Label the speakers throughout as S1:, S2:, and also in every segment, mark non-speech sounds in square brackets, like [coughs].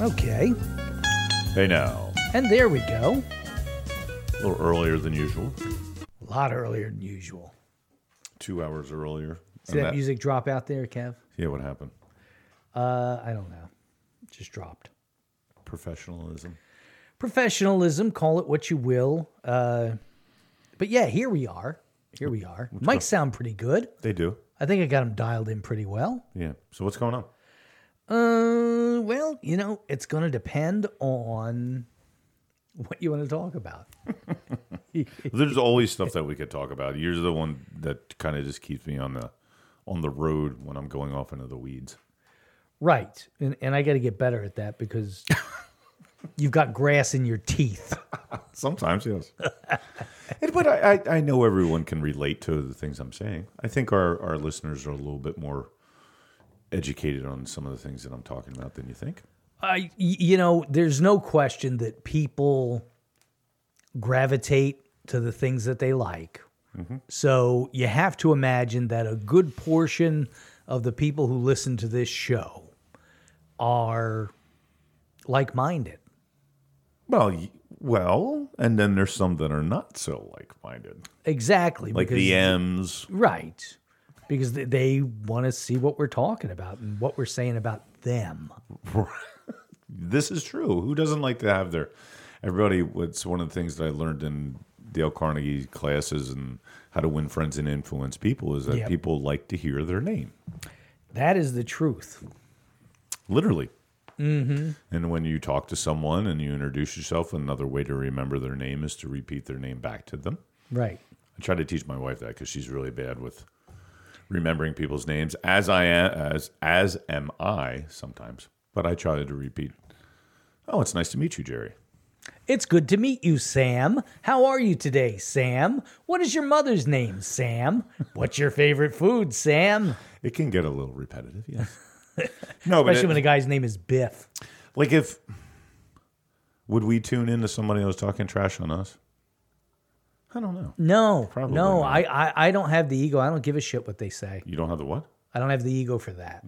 S1: Okay.
S2: Hey now,
S1: And there we go.
S2: a little earlier than usual,
S1: A lot earlier than usual.
S2: two hours earlier.
S1: See
S2: And
S1: that,
S2: that-
S1: music drop out there, Kev?
S2: Yeah, what happened?
S1: Uh, I don't know. Just dropped.
S2: Professionalism.
S1: Professionalism, call it what you will. Uh, but yeah, here we are. Here we are. Mics sound pretty good.
S2: They do.
S1: I think I got them dialed in pretty well.
S2: Yeah. So what's
S1: [laughs]
S2: going on?
S1: Uh, well, you know, it's going to depend on what you want to talk about.
S2: There's always stuff that we could talk about. You're the one that kind of just keeps me on the on the road when I'm going off into the weeds.
S1: Right. And, and I got to get better at
S2: [laughs]
S1: that because you've got grass in your teeth.
S2: Sometimes,
S1: [laughs]
S2: yes. And- but I, I, I know everyone can relate to the things I'm saying. I think our, our listeners are a little bit more educated on some of the things that I'm talking about than you think.
S1: I, y- you know, there's no question that people gravitate to the things that they like.
S2: Mm-hmm.
S1: So you have to imagine that a good portion of the people who listen to this show are like minded.
S2: Well, y- well, and then there's some that are not so like-minded,
S1: Exactly.
S2: like the M's.
S1: Right. Because th- they want to see what we're talking about and what we're saying about them.
S2: This is true. Who doesn't like to have their everybody? It's one of the things that I learned in Dale Carnegie classes and how to win friends and influence people is that
S1: Yep.
S2: people like to hear their name,
S1: That is the truth.
S2: literally. Mm-hmm. And when you talk to someone and you introduce yourself, another way to remember their name is to repeat their name back to them.
S1: Right.
S2: I try to teach my wife that because she's really bad with remembering people's names, as I am, as as am I sometimes. But I try to repeat. Oh, it's nice to meet you, Jerry.
S1: It's good to meet you, Sam. How are you today, Sam? What is your mother's name, Sam? What's your favorite food, Sam?
S2: It can get a little repetitive, yes.
S1: [laughs]
S2: no, but
S1: Especially
S2: it-
S1: when a guy's name is Biff.
S2: like if would we tune into somebody that was talking trash on us? I don't know.
S1: No,
S2: Probably
S1: no,
S2: not.
S1: I, I, I don't have the ego. I don't give a shit what they say.
S2: You don't have the what?
S1: I don't have the ego for that.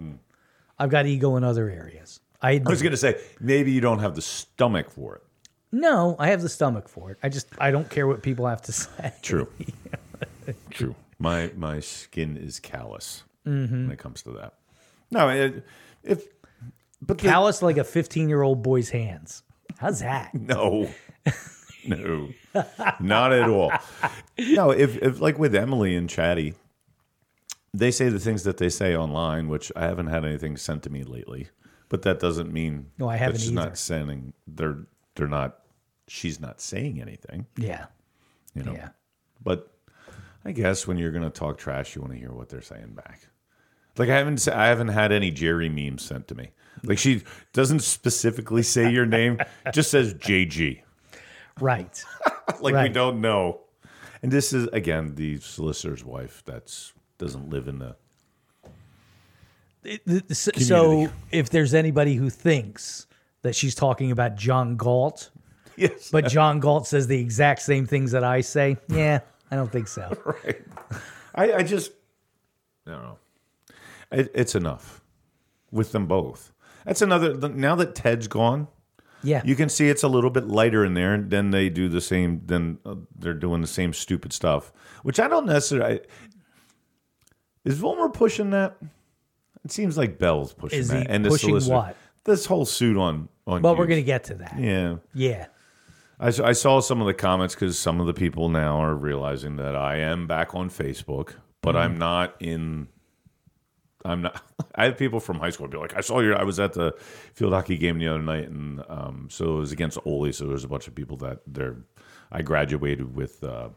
S1: I've got ego in other areas. I
S2: Hmm. I was gonna say maybe you don't have the stomach for it.
S1: [laughs] no, I have the stomach for it. I just I don't care what people have to [laughs] say.
S2: True. True. My my skin is callous
S1: Mm-hmm.
S2: when it comes to that. No, it, if but the-
S1: Callous like a fifteen-year-old boy's hands.
S2: [laughs]
S1: How's that?
S2: no, no, not at [laughs] all. No, if if like with Emily and Chatty, they say the things that they say online, which I haven't had anything sent to me lately. But that doesn't mean
S1: No, I
S2: that
S1: haven't
S2: she's
S1: either.
S2: not sending. They're they're not. She's not saying anything.
S1: Yeah,
S2: You know.
S1: yeah.
S2: But I guess when you're gonna talk trash, you want to hear what they're saying back. Like I haven't, I haven't had any Jerry memes sent to me. Like she doesn't specifically say your name, [laughs] just says JG.
S1: Right.
S2: [laughs] Like we
S1: Right.
S2: don't know. And this is again the solicitor's wife. That's doesn't live in the.
S1: It- th- s- so if there's anybody who thinks that she's talking about John Galt,
S2: Yes,
S1: but John Galt says the exact same things that I say, yeah, I don't think so.
S2: [laughs] right. I, I just, I don't know. It, it's enough with them both. That's another. Now that Ted's gone,
S1: Yeah,
S2: You can see it's a little bit lighter in there, and then they do the same. Then uh, they're doing the same stupid stuff, which I don't necessarily. Is Vollmer pushing that? It seems like Bell's pushing
S1: Is
S2: that,
S1: he
S2: and
S1: pushing
S2: the solicitor.
S1: what?
S2: This whole suit on on.
S1: but we're
S2: Hughes.
S1: gonna get to that.
S2: Yeah,
S1: Yeah,
S2: I, s- I saw some of the comments because some of the people now are realizing that I am back on Facebook, but
S1: Mm.
S2: I'm not in. I'm not. [laughs] I have people from high school be like, "I saw your. I was at the field hockey game the other night, and um, so it was against Ole. So there was a bunch of people that they're. I graduated with uh,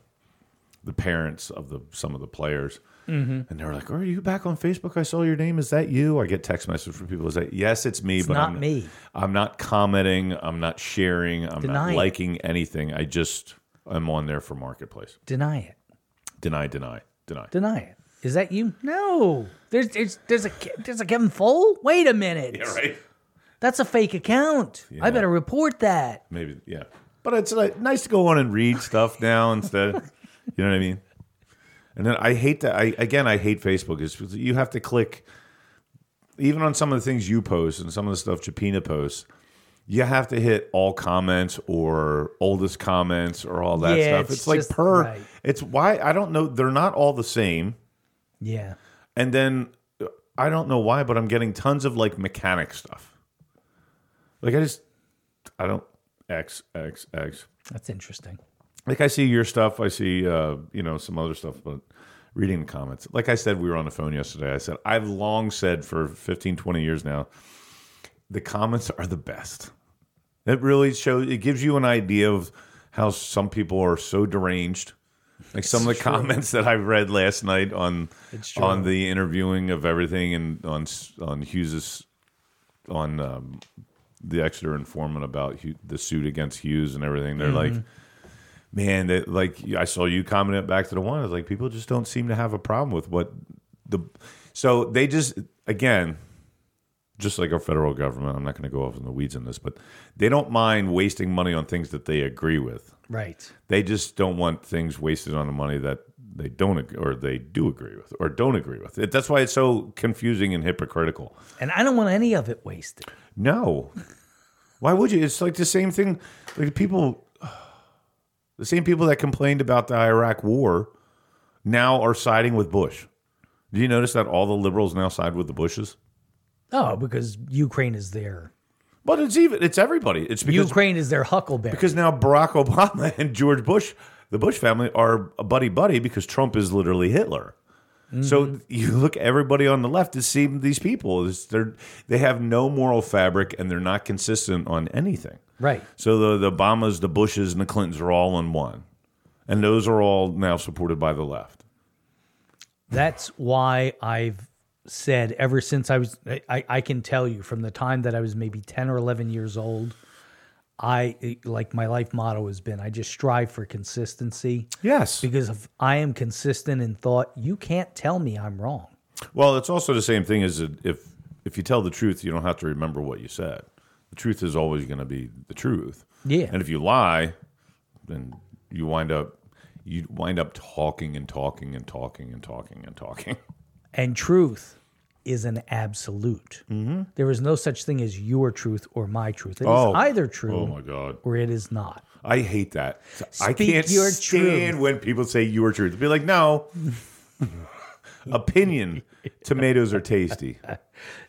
S2: the parents of the some of the players,
S1: Mm-hmm.
S2: and they were like, "Are you back on Facebook? I saw your name. Is that you?" I get text messages from people. Is that yes, it's me, but
S1: not
S2: I'm,
S1: me.
S2: I'm not commenting. I'm not sharing. I'm
S1: Deny it.
S2: not liking anything. I just I'm on there for marketplace.
S1: deny it,
S2: Deny, deny, deny.
S1: deny it. Is that you? No. There's there's there's a Ke- there's a Kevin Fole. Wait a minute.
S2: Yeah, right.
S1: That's a fake account. I better report that.
S2: Maybe yeah. But it's like, nice to go on and read stuff now instead. you know what I mean? And then I hate that. I again, I hate Facebook. Is because you have to click, even on some of the things you post and some of the stuff Chapina posts. you have to hit all comments or oldest comments or all that
S1: Yeah,
S2: stuff. It's,
S1: it's
S2: like
S1: just-
S2: per.
S1: right.
S2: It's why I don't know. They're not all the same.
S1: Yeah.
S2: And then uh, I don't know why, but I'm getting tons of like mechanic stuff. Like I just, I don't X X X.
S1: That's interesting.
S2: Like I see your stuff, I see uh, you know some other stuff, but reading the comments. Like I said, we were on the phone yesterday. I said I've long said for 15, 20 years now, the comments are the best. It really shows. It gives you an idea of how some people are so deranged. Like some of the comments that I read last night on
S1: It's true.
S2: on the interviewing of everything and on s- on Hughes's on um, the Exeter informant about Hugh, the suit against Hughes and everything. They're
S1: Mm-hmm.
S2: like, man, that like I saw you comment back to the one. I was like, people just don't seem to have a problem with what the. So they just again, just like our federal government. I'm not going to go off in the weeds in this, but they don't mind wasting money on things that they agree with.
S1: Right.
S2: They just don't want things wasted on the money that they don't ag- or they do agree with or don't agree with. It, that's why it's so confusing and hypocritical.
S1: And I don't want any of it wasted.
S2: No. Why would you? It's like the same thing. Like people, the same people that complained about the Iraq War, now are siding with Bush. Do you notice that all the liberals now side with the Bushes?
S1: Oh, because Ukraine is their
S2: But it's even it's everybody. It's because
S1: Ukraine is their huckleberry.
S2: because now Barack Obama [laughs] and George Bush, the Bush family, are buddy buddy because Trump is literally Hitler. So you look everybody on the left is seeing these people. It's, they're they have no moral fabric and they're not consistent on anything.
S1: right.
S2: So the the Obamas, the Bushes, and the Clintons are all in one, and those are all now supported by the left.
S1: That's why I've said ever since I was, I- I, I can tell you from the time that I was maybe 10 or 11 years old, I like my life motto has been I just strive for consistency
S2: Yes.
S1: because if I am consistent in thought, you can't tell me I'm wrong.
S2: Well, it's also the same thing as if if you tell the truth, you don't have to remember what you said. The truth is always going to be the truth.
S1: Yeah.
S2: And if you lie, then you wind up you wind up talking and talking and talking and talking and talking. [laughs]
S1: And truth is an absolute. There is no such thing as your truth or my truth. It is
S2: Mm-hmm. Oh.
S1: either true
S2: Oh my god.
S1: or it is not.
S2: I hate that. I
S1: Speak
S2: can't
S1: your
S2: stand
S1: truth.
S2: when people say your truth. Be like,
S1: [laughs]
S2: no. Opinion, tomatoes are
S1: [laughs]
S2: tasty.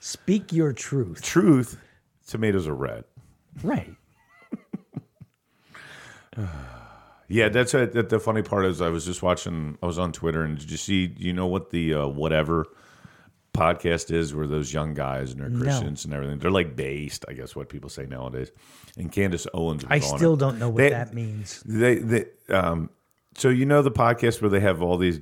S1: Speak your truth.
S2: Truth, tomatoes are red.
S1: Right.
S2: Yeah, that's what, that, the funny part is. I was just watching. I was on Twitter, and did you see? You know what the uh, whatever podcast is, where those young guys and they're Christians and everything. They're like based, I guess, what people say nowadays. And Candace Owens, was
S1: I
S2: on
S1: still
S2: it.
S1: don't know what
S2: They-
S1: that means.
S2: They, they, um, so you know the podcast where they have all these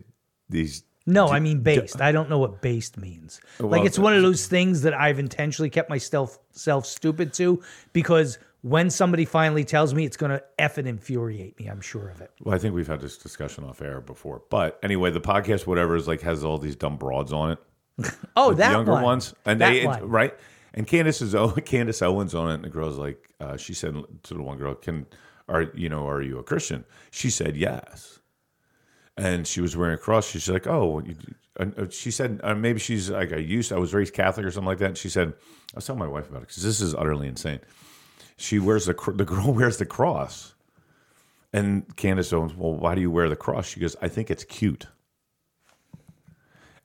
S2: these.
S1: No, I mean based. I don't know what based means. like
S2: well,
S1: it's one of those things that I've intentionally kept myself self stupid to because when somebody finally tells me, it's going to effing infuriate me. I'm sure of it.
S2: Well, I think we've had this discussion off air before, but anyway, the podcast whatever is like has all these dumb broads on it.
S1: Oh,
S2: the
S1: that
S2: younger
S1: one.
S2: ones, and
S1: That
S2: they
S1: one.
S2: right. And Candace is oh, [laughs] Candace Owens on it, and the girl's like, uh, she said to the one girl, "Can are you know are you a Christian?" She said yes, and she was wearing a cross. She's like, "Oh," you- and, uh, she said uh, maybe she's like I used I was raised Catholic or something like that. And she said, "I was telling my wife about it because this is utterly insane." She wears the cr- the [laughs] girl wears the cross, and Candace Owens, well, why do you wear the cross? She goes, "I think it's cute."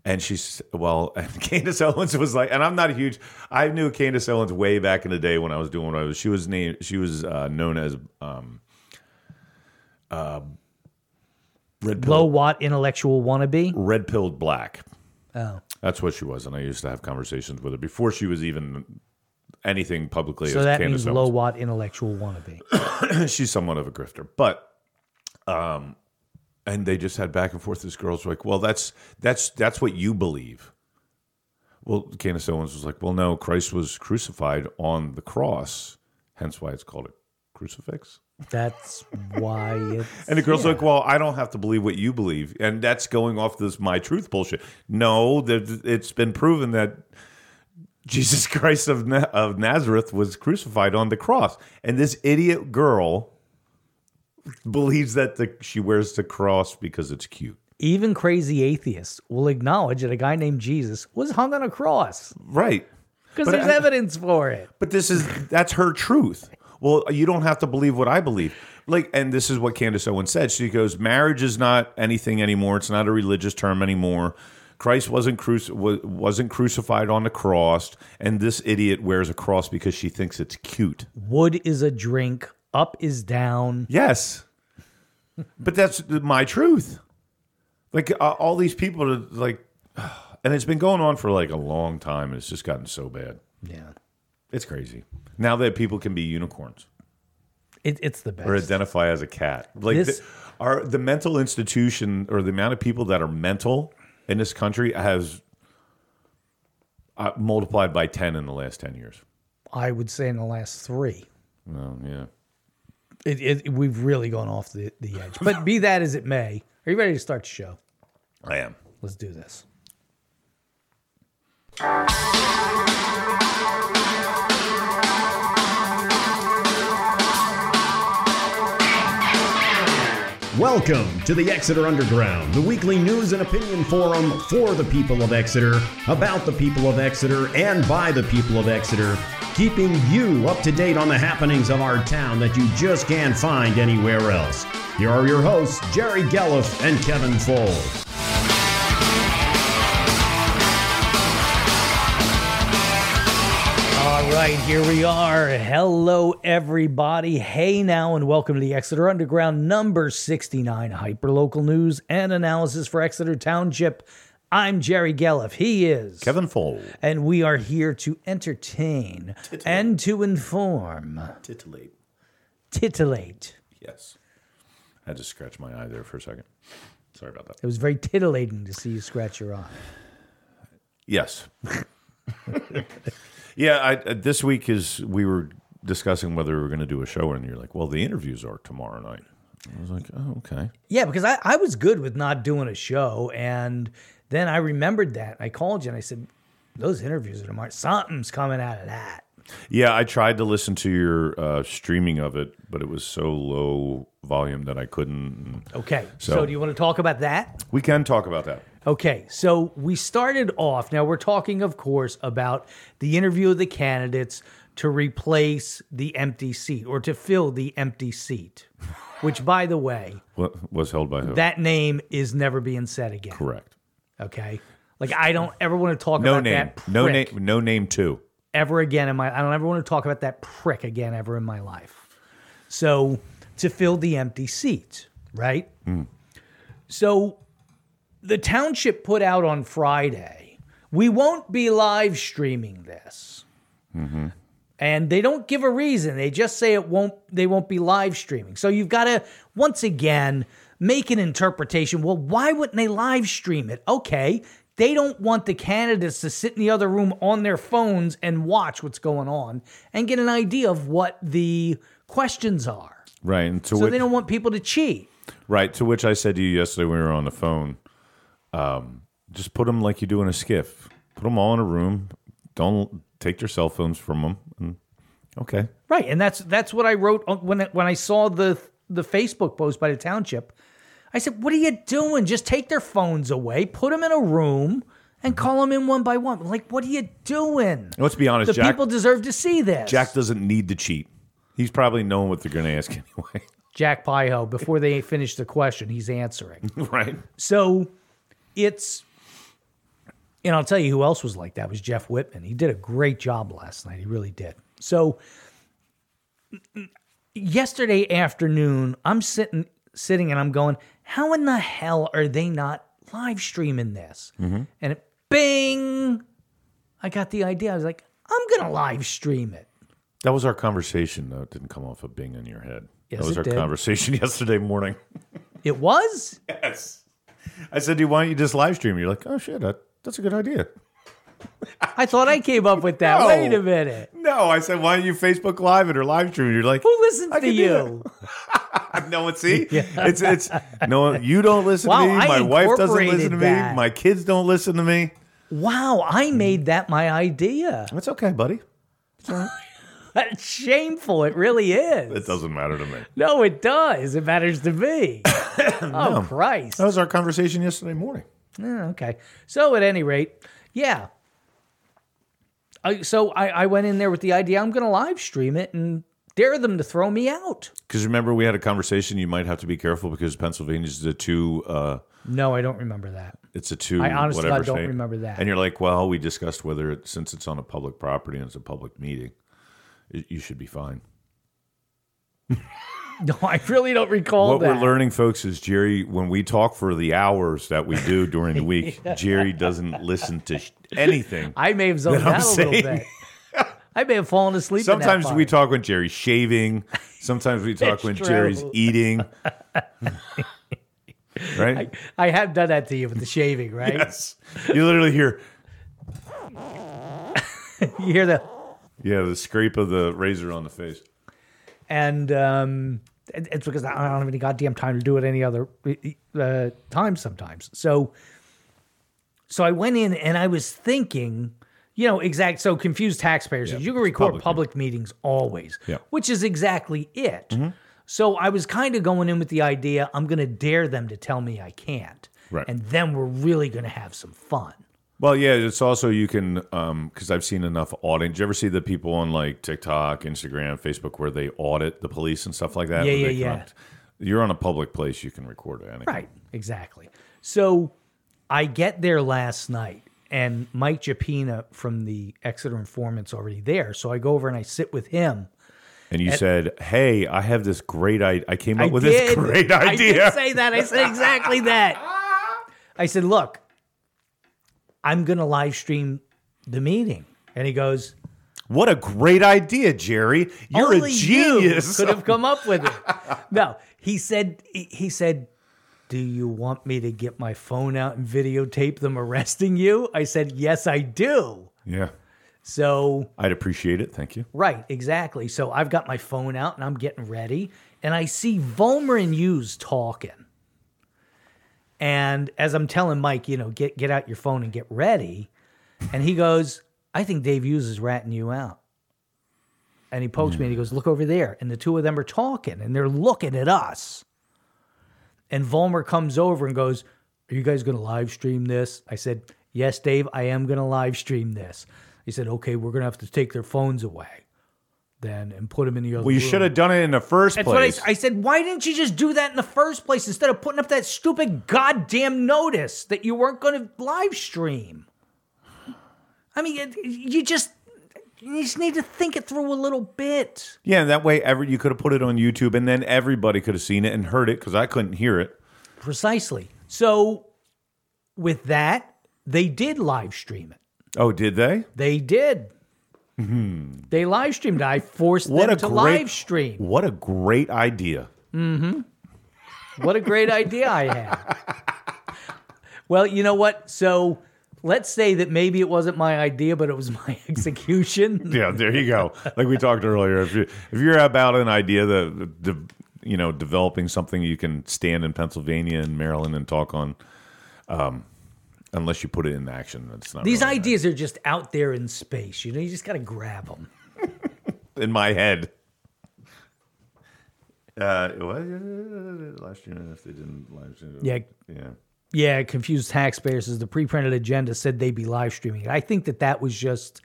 S2: And she's well, [laughs] and Candace Owens was like, and I'm not a huge. I knew Candace Owens way back in the day when I was doing what I was. She was named. She was uh, known as um, uh, red pill,
S1: Low watt intellectual wannabe.
S2: red pilled black.
S1: Oh,
S2: That's what she was, and I used to have conversations with her before she was even anything publicly.
S1: so
S2: as
S1: that
S2: Candace
S1: means low watt intellectual wannabe.
S2: [clears throat] she's somewhat of a grifter, but um, and they just had back and forth. This girl's like, well, that's that's that's what you believe. Well, Candace Owens was like, well, no, Christ was crucified on the cross, hence why it's called a crucifix.
S1: That's why it's.
S2: And the girl's like, well, I don't have to believe what you believe, and that's going off this my truth bullshit. No, that it's been proven that. Jesus [laughs] Christ of Na- of Nazareth was crucified on the cross, and this idiot girl believes that the, she wears the cross because it's cute.
S1: even crazy atheists will acknowledge that a guy named Jesus was hung on a cross.
S2: Right.
S1: because there's
S2: I-
S1: evidence for it.
S2: But this is that's her truth. Well, you don't have to believe what I believe. Like, and this is what Candace Owens said. She goes, "Marriage is not anything anymore. It's not a religious term anymore. Christ wasn't cruci- wa- wasn't crucified on the cross, and this idiot wears a cross because she thinks it's cute."
S1: Wood is a drink. Up is down.
S2: Yes, but that's my truth. Like uh, all these people, are like, [sighs] and it's been going on for like a long time, and it's just gotten so bad.
S1: Yeah,
S2: It's crazy now that people can be unicorns.
S1: it, it's the best.
S2: or identify as a cat. Like
S1: This-
S2: the, our the mental institution or the amount of people that are mental in this country has uh, multiplied by ten in the last ten years.
S1: I would say in the last three,
S2: Well, yeah.
S1: it, it, we've really gone off the, the edge. But be that as it may, are you ready to start the show?
S2: I am.
S1: Let's do this.
S3: Welcome to the Exeter Underground, the weekly news and opinion forum for the people of Exeter, about the people of Exeter, and by the people of Exeter, keeping you up to date on the happenings of our town that you just can't find anywhere else. Here are your hosts, Jerry Gelliff and Kevin Foles.
S1: All right, here we are. Hello, everybody. Hey now, and welcome to the Exeter Underground number 69 hyperlocal news and analysis for Exeter Township. I'm Jerry Gelliff. He is.
S2: Kevin Fold.
S1: And we are here to entertain and to inform,
S2: Titillate.
S1: titillate.
S2: Yes. I had to scratch my eye there for a second. Sorry about that.
S1: It was very titillating to see you scratch your eye.
S2: Yes. [laughs] yeah. I, uh, this week is we were discussing whether we were going to do a show, and you're like, "Well, the interviews are tomorrow night." I was like, "Oh, okay."
S1: Yeah, because I, I was good with not doing a show. And then I remembered that. I called you and I said, those interviews are tomorrow. Something's coming out of that.
S2: Yeah, I tried to listen to your uh, streaming of it, but it was so low volume that I couldn't.
S1: Okay. So,
S2: So-
S1: do you want to talk about that?
S2: We can talk about that.
S1: Okay. So we started off. Now we're talking, of course, about the interview of the candidates to replace the empty seat or to fill the empty seat, which, by the way,
S2: What was held by who?
S1: that name is never being said again.
S2: Correct.
S1: Okay. Like I don't ever want to talk
S2: No
S1: about
S2: name.
S1: that
S2: No name.
S1: prick
S2: No name. Two.
S1: ever again in my. I don't ever want to talk about that prick again ever in my life. So to fill the empty seat, right? So the township put out on Friday, we won't be live streaming this. And they don't give a reason. They just say it won't they won't be live streaming. So you've got to once again make an interpretation. Well, why wouldn't they live stream it? Okay. They don't want the candidates to sit in the other room on their phones and watch what's going on and get an idea of what the questions are.
S2: Right. And to
S1: So
S2: which,
S1: they don't want people to cheat.
S2: right. To which I said to you yesterday when we were on the phone, um, just put them like you do in a skiff. Put them all in a room. Don't take their cell phones from them. And, okay.
S1: Right, and that's that's what I wrote on- when I- when I saw the the Facebook post by the township. I said, "What are you doing? Just take their phones away, put them in a room, and
S2: Mm-hmm.
S1: call them in one by one. Like, what are you doing?
S2: Let's be honest,
S1: The
S2: Jack.
S1: people deserve to see this."
S2: Jack doesn't need to cheat. He's probably knowing what they're going to ask [laughs] anyway.
S1: Jack Pio. Before they finish the question, he's answering.
S2: right.
S1: So it's and I'll tell you who else was like that was Jeff Whitman. He did a great job last night. He really did. So yesterday afternoon, I'm sitting sitting and I'm going, how in the hell are they not live streaming this?
S2: Mm-hmm.
S1: And it, bing, I got the idea. I was like, I'm gonna live stream it.
S2: That was our conversation, though. It didn't come off a bing in your head.
S1: Yes,
S2: that was
S1: it
S2: our
S1: did.
S2: conversation [laughs] yesterday morning.
S1: It was
S2: Yes. I said, to you, why don't you just live stream? You're like, oh, shit, that, that's a good idea.
S1: I thought I came up with
S2: [laughs]
S1: that.
S2: No.
S1: Wait a minute.
S2: No, I said, why don't you Facebook Live it or live stream? it?" You're like,
S1: Who listens
S2: I
S1: to
S2: can do
S1: you?
S2: that. No one, [laughs] see? It's, it's, no, you don't listen
S1: Wow,
S2: to me.
S1: I
S2: My wife doesn't listen to
S1: incorporated that.
S2: me. My kids don't listen to me.
S1: Wow, I made that my idea.
S2: That's okay, buddy.
S1: That's shameful. It really is.
S2: It doesn't matter to me.
S1: No, it does. It matters
S2: [coughs]
S1: to me. Oh, Christ.
S2: That was our conversation yesterday morning.
S1: Yeah, okay. So, at any rate, yeah. I, so I, I went in there with the idea I'm going to live stream it and dare them to throw me out.
S2: Because remember, we had a conversation. You might have to be careful because Pennsylvania's the two. Uh,
S1: No, I don't remember that. [laughs]
S2: it's a two.
S1: I honest to
S2: whatever
S1: God don't
S2: state.
S1: remember that.
S2: And you're like, well, we discussed whether it, since it's on a public property and it's a public meeting, it, you should be fine.
S1: No, I really don't recall
S2: What
S1: that.
S2: we're learning, folks, is Jerry. When we talk for the hours that we do during the
S1: [laughs]
S2: week, Jerry doesn't listen to sh- anything.
S1: I may have zoned
S2: I'm
S1: out a little
S2: saying.
S1: bit. [laughs] I may have fallen asleep. in that
S2: Sometimes we
S1: fire.
S2: talk when Jerry's shaving. Sometimes we talk
S1: [laughs] It's
S2: when
S1: true.
S2: Jerry's
S1: [laughs]
S2: eating. right?
S1: I have done that to you with the shaving, right?
S2: [laughs] yes. You literally hear,
S1: You hear the
S2: yeah, the scrape of the razor on the face.
S1: and um, it- it's because I don't have any goddamn time to do it any other uh, time sometimes. So, so I went in and I was thinking, you know, exact. So confused taxpayers. you can
S2: it's
S1: record
S2: public
S1: public, meetings always,
S2: Yeah. Mm-hmm.
S1: which is exactly it. So I was kind of going in with the idea I'm going to dare them to tell me I can't,
S2: Right.
S1: and then we're really going to have some fun.
S2: Well, yeah, it's also you can because I've seen enough auditing. Do you ever see the people on like TikTok, Instagram, Facebook where they audit the police and stuff like that?
S1: Yeah,
S2: When they
S1: yeah,
S2: come
S1: yeah.
S2: up- You're on a public place; you can record anything.
S1: Right, exactly. So I get there last night, and Mike Japina from the Exeter Informant's already there. So I go over and I sit with him.
S2: And you said, "Hey, I have this great idea. I came up
S1: I
S2: with
S1: did,
S2: this great
S1: I did
S2: idea."
S1: say that. I said exactly that. I said, "Look, I'm going to live stream the meeting," and he goes,
S2: what a great idea, Jerry! You're
S1: Only
S2: a
S1: you
S2: genius.
S1: could have come up with
S2: [laughs]
S1: it. no, he said. He he said, "Do you want me to get my phone out and videotape them arresting you?" I said, "Yes, I do."
S2: yeah,
S1: So
S2: I'd appreciate it. Thank you.
S1: right, exactly. So I've got my phone out and I'm getting ready, and I see Vollmer and Hughes talking. And as I'm telling Mike, you know, get get out your phone and get ready, and he goes, "I think Dave Hughes is ratting you out." And he pokes me and he goes, "Look over there." And the two of them are talking and they're looking at us. And Vollmer comes over and goes, Are you guys going to live stream this? I said, Yes, Dave, I am going to live stream this. He said, Okay, we're going to have to take their phones away then and put them in the other
S2: Well, you
S1: room."
S2: should have done it in the first
S1: That's
S2: place.
S1: what I, I said. Why didn't you just do that in the first place instead of putting up that stupid goddamn notice that you weren't going to live stream? I mean, it- you just you just need to think it through a little bit.
S2: Yeah, and that way every you could have put it on YouTube, and then everybody could have seen it and heard it because I couldn't hear it.
S1: Precisely. So, with that, they did live stream it.
S2: Oh, did they?
S1: They did. They live streamed. I forced
S2: Mm-hmm. What
S1: them
S2: a
S1: to
S2: great-
S1: live stream.
S2: What a great idea!
S1: What a great idea I had. Well, you know what? So let's say that maybe it wasn't my idea, but it was my [laughs] execution.
S2: Yeah, there you
S1: [laughs]
S2: go. like we talked earlier, if you if you're about an idea that the you know developing something you can stand in Pennsylvania and Maryland and talk on, um, unless you put it in action, that's not
S1: These
S2: really-
S1: ideas are just out there in space. You know, you just got to grab them.
S2: in my head. Uh, what? Last year, if they didn't live stream,
S1: Yeah.
S2: yeah.
S1: Yeah, confused taxpayers is the pre-printed agenda said they'd be live streaming it. I think that that was just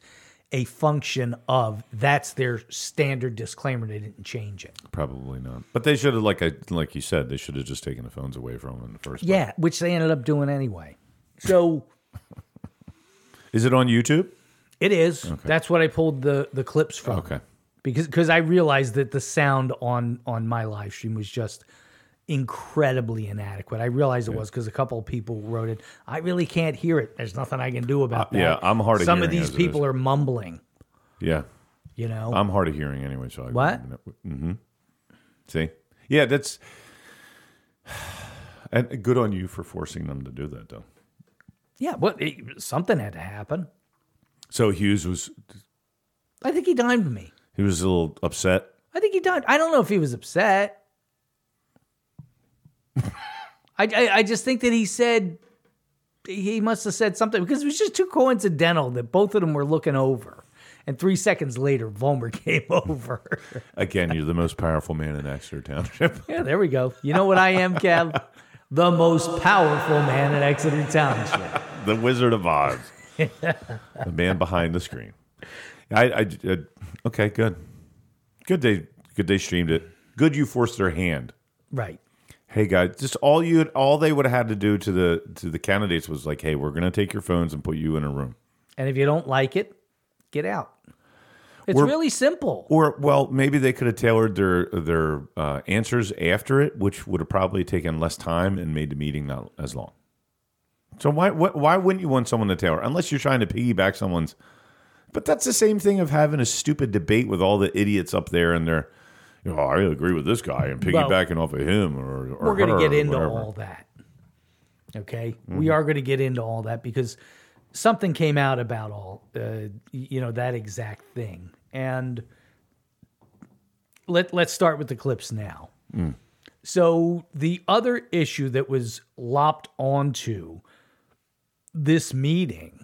S1: a function of that's their standard disclaimer. They didn't change it.
S2: Probably not. But they should have, like I, like you said, they should have just taken the phones away from them in the first. place.
S1: Yeah, which they ended up doing anyway. So.
S2: Is it on YouTube?
S1: It is. That's what I pulled the the clips from.
S2: Okay.
S1: Because because I realized that the sound on on my live stream was just incredibly inadequate. I realized it was because a couple of people wrote it. I really can't hear it. There's nothing I can do about
S2: Uh,
S1: that.
S2: yeah, I'm hard of
S1: Some of
S2: hearing
S1: these
S2: as it
S1: people are mumbling.
S2: Yeah,
S1: You know.
S2: I'm hard of hearing anyway. So I
S1: What?
S2: Mm-hmm. See, yeah, that's [sighs] and good on you for forcing them to do that, though.
S1: yeah. What? it- something had to happen.
S2: So Hughes was
S1: I think he dimed me.
S2: he was a little upset.
S1: I think he died. I don't know if he was upset. I, I I just think that he said he must have said something because it was just too coincidental that both of them were looking over, and three seconds later, Vollmer [laughs] came over.
S2: Again, you're the most powerful man in Exeter Township. [laughs]
S1: yeah, there we go. You know what I am, Kev? The most powerful man in Exeter Township.
S2: the Wizard of Oz, the man behind the screen. I, I, I okay, good, good day, good day. Streamed it. Good, you forced their hand.
S1: Right.
S2: Hey guys, just all you all they would have had to do to the to the candidates was like, hey, we're gonna take your phones and put you in a room.
S1: And if you don't like it, get out. It's
S2: We're-
S1: really simple.
S2: Or well, maybe they could have tailored their their uh, answers after it, which would have probably taken less time and made the meeting not as long. So why why, why wouldn't you want someone to tailor unless you're trying to piggyback someone's? But that's the same thing of having a stupid debate with all the idiots up there and they're, you know, "Oh, I agree with this guy and piggybacking off of him or, or
S1: We're going
S2: her
S1: to get
S2: or
S1: into
S2: whatever. Mm-hmm.
S1: all that. Okay. We are going to get into all that because something came out about all, uh, y- you know, that exact thing. And let, let's start with the clips now.
S2: Mm.
S1: So the other issue that was lopped onto this meeting,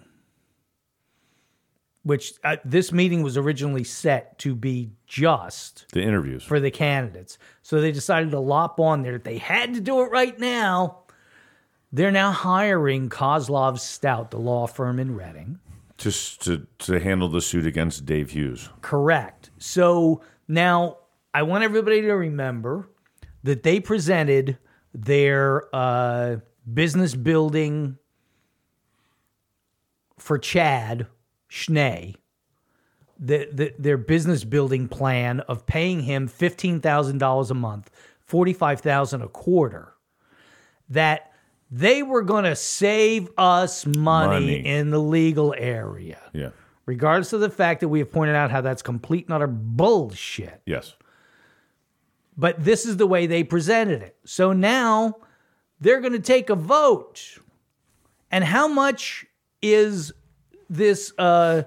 S1: which uh, this meeting was originally set to be just
S2: the interviews.
S1: for the candidates. So they decided to lop on there. They had to do it right now. They're now hiring Kozlov Stout, the law firm in Reading.
S2: to, to to handle the suit against Dave Hughes.
S1: Correct. So now I want everybody to remember that they presented their uh, business building for Chad Schnee, the, the, their business building plan of paying him $15,000 a month, $45,000 a quarter, that they were going to save us money
S2: Money.
S1: in the legal area
S2: Yeah.
S1: regardless of the fact that we have pointed out how that's complete and utter bullshit.
S2: Yes.
S1: But this is the way they presented it. So now they're going to take a vote. And how much is this uh,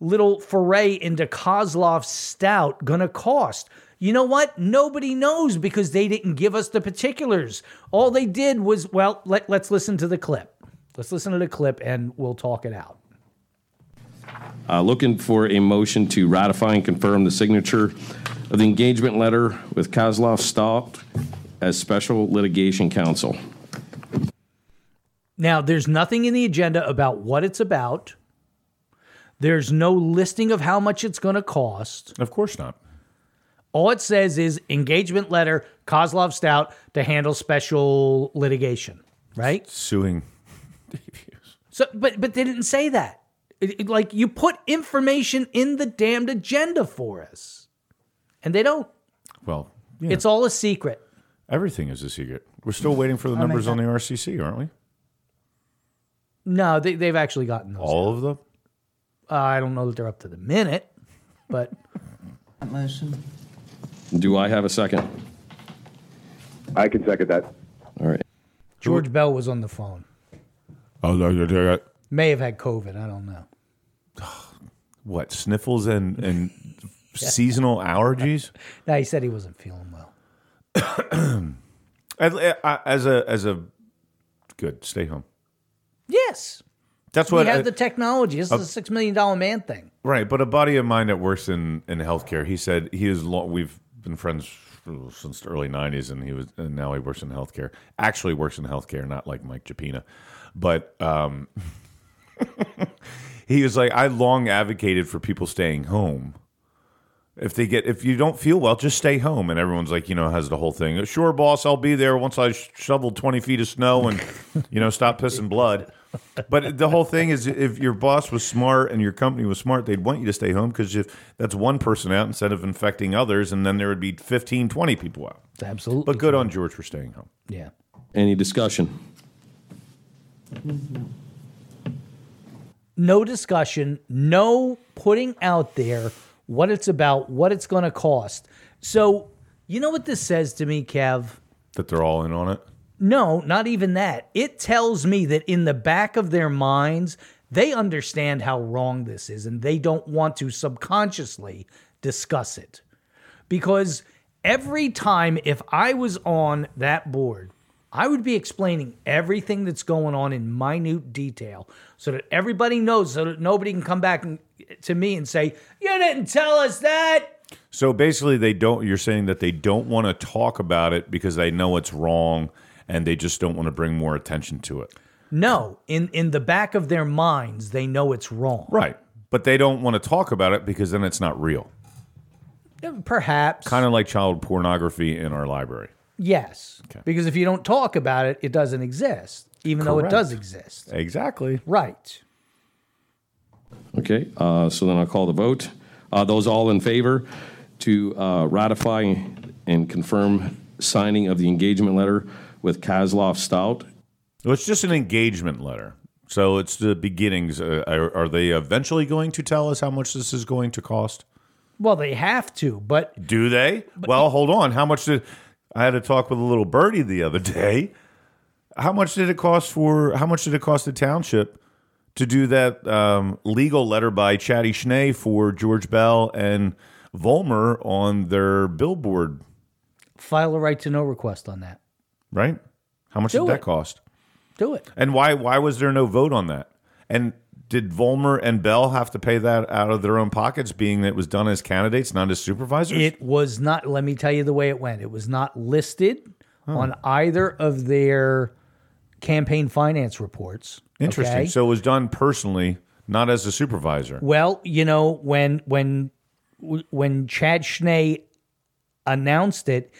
S1: little foray into Kozlov Stout going to cost? You know what? Nobody knows because they didn't give us the particulars. All they did was, well, let, let's listen to the clip. Let's listen to the clip and we'll talk it out.
S4: Uh, Looking for a motion to ratify and confirm the signature of the engagement letter with Kozlov Stott as special litigation counsel.
S1: Now, there's nothing in the agenda about what it's about. There's no listing of how much it's going to cost.
S2: Of course not.
S1: All it says is engagement letter, Kozlov Stout to handle special litigation, right?
S2: Suing [laughs] Dave Hughes.
S1: So, but but they didn't say that. It- it- like you put information in the damned agenda for us, and they don't.
S2: Well, yeah.
S1: It's all a secret.
S2: everything is a secret. We're still waiting
S1: Oh
S2: for the numbers on the RCC, aren't we?
S1: No, they, they've actually gotten those.
S2: All of them.
S1: Uh, I don't know that they're up to the minute,
S2: [laughs]
S1: but
S5: Motion.
S4: Do I have a second?
S6: I can second that.
S4: All right.
S1: George Bell was on the phone.
S2: Oh, no, no, no, no.
S1: May have had COVID. I don't know.
S2: What sniffles and
S1: [laughs]
S2: and seasonal [laughs] allergies?
S1: No, he said he wasn't feeling well.
S2: As, uh, as a as a good stay home.
S1: Yes.
S2: That's what
S1: we have
S2: I-
S1: the technology. This is a six million dollar man thing.
S2: Right, but a buddy of mine that works in in healthcare, he said he is long. We've been friends since the early '90s, and he was and now he works in healthcare. Actually, works in healthcare, not like Mike Japina, but um, [laughs] he was like, I long advocated for people staying home. If they get if you don't feel well, just stay home. And everyone's like, you know, has the whole thing. Sure, boss, I'll be there once I sh- shovel twenty feet of snow and you know stop pissing blood. But the whole thing is, if your boss was smart and your company was smart, they'd want you to stay home because if that's one person out instead of infecting others, and then there would be 15, 20 people out.
S1: It's absolutely.
S2: But good on George for staying home.
S1: yeah.
S4: Any discussion?
S1: No discussion. No putting out there what it's about, what it's going to cost. So you know what this says to me, Kev.
S2: That they're all in on it.
S1: No, not even that. It tells me that in the back of their minds, they understand how wrong this is and they don't want to subconsciously discuss it. Because every time if I was on that board, I would be explaining everything that's going on in minute detail so that everybody knows, so that nobody can come back and, to me and say, You didn't tell us that.
S2: So basically, they don't. You're saying that they don't want to talk about it because they know it's wrong, and they just don't want to bring more attention to it.
S1: No, in, in the back of their minds, they know it's wrong.
S2: Right. but they don't want to talk about it because then it's not real.
S1: Perhaps.
S2: Kind of like child pornography in our library.
S1: Yes. Because if you don't talk about it, it doesn't exist, even though it
S2: Correct.
S1: does exist.
S2: Exactly.
S1: Right.
S4: Okay, uh, so then I'll call the vote. Uh, Those all in favor to uh, ratify and confirm signing of the engagement letter with Kozlov Stout.
S2: Well, it's just an engagement letter. So it's the beginnings. Uh, are, are they eventually going to tell us how much this is going to cost?
S1: Well, they have to, but
S2: Do they? well, hold on. How much did I had a talk with a little birdie the other day? How much did it cost for? How much did it cost the township to do that um, legal letter by Chatty Schnee for George Bell and Vollmer on their billboard?
S1: file a right to know request on that.
S2: Right? How much
S1: Do
S2: did that
S1: it.
S2: cost?
S1: Do it.
S2: And why why was there no vote on that? And did Vollmer and Bell have to pay that out of their own pockets, being that it was done as candidates, not as supervisors?
S1: It was not, let me tell you the way it went. It was not listed on either of their campaign finance reports.
S2: Interesting.
S1: okay?
S2: So it was done personally, not as a supervisor.
S1: Well, you know when when when Chad Schnee announced it,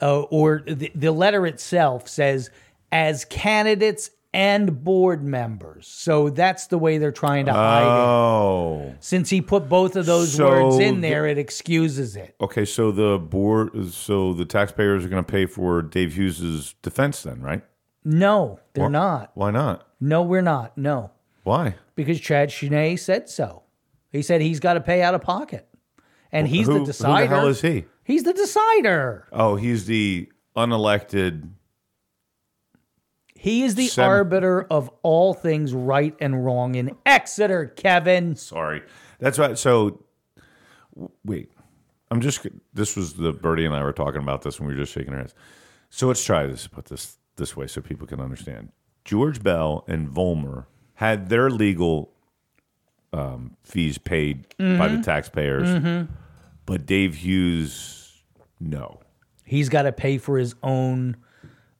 S1: uh, or the, the letter itself says as candidates and board members. So that's the way they're trying to hide
S2: Oh,
S1: it. Since he put both of those
S2: So
S1: words in
S2: the-
S1: there, it excuses it.
S2: okay. So the board, so the taxpayers are going to pay for Dave Hughes's defense, then, right?
S1: No, they're not.
S2: Why not?
S1: No, we're not. No,
S2: Why?
S1: because Chad Schnee said so. He said he's got to pay out of pocket, and he's
S2: who,
S1: the
S2: Who the
S1: decider.
S2: hell is he?
S1: He's the decider.
S2: Oh, he's the unelected.
S1: He is the
S2: Sem-
S1: arbiter of all things right and wrong in Exeter, Kevin.
S2: Sorry, that's right. So w- wait, I'm just. This was the Birdie and I were talking about this when we were just shaking our heads. So let's try this. Put this this way so people can understand. George Bell and Vollmer had their legal um, fees paid by the taxpayers, but Dave Hughes, no.
S1: He's got to pay for his own,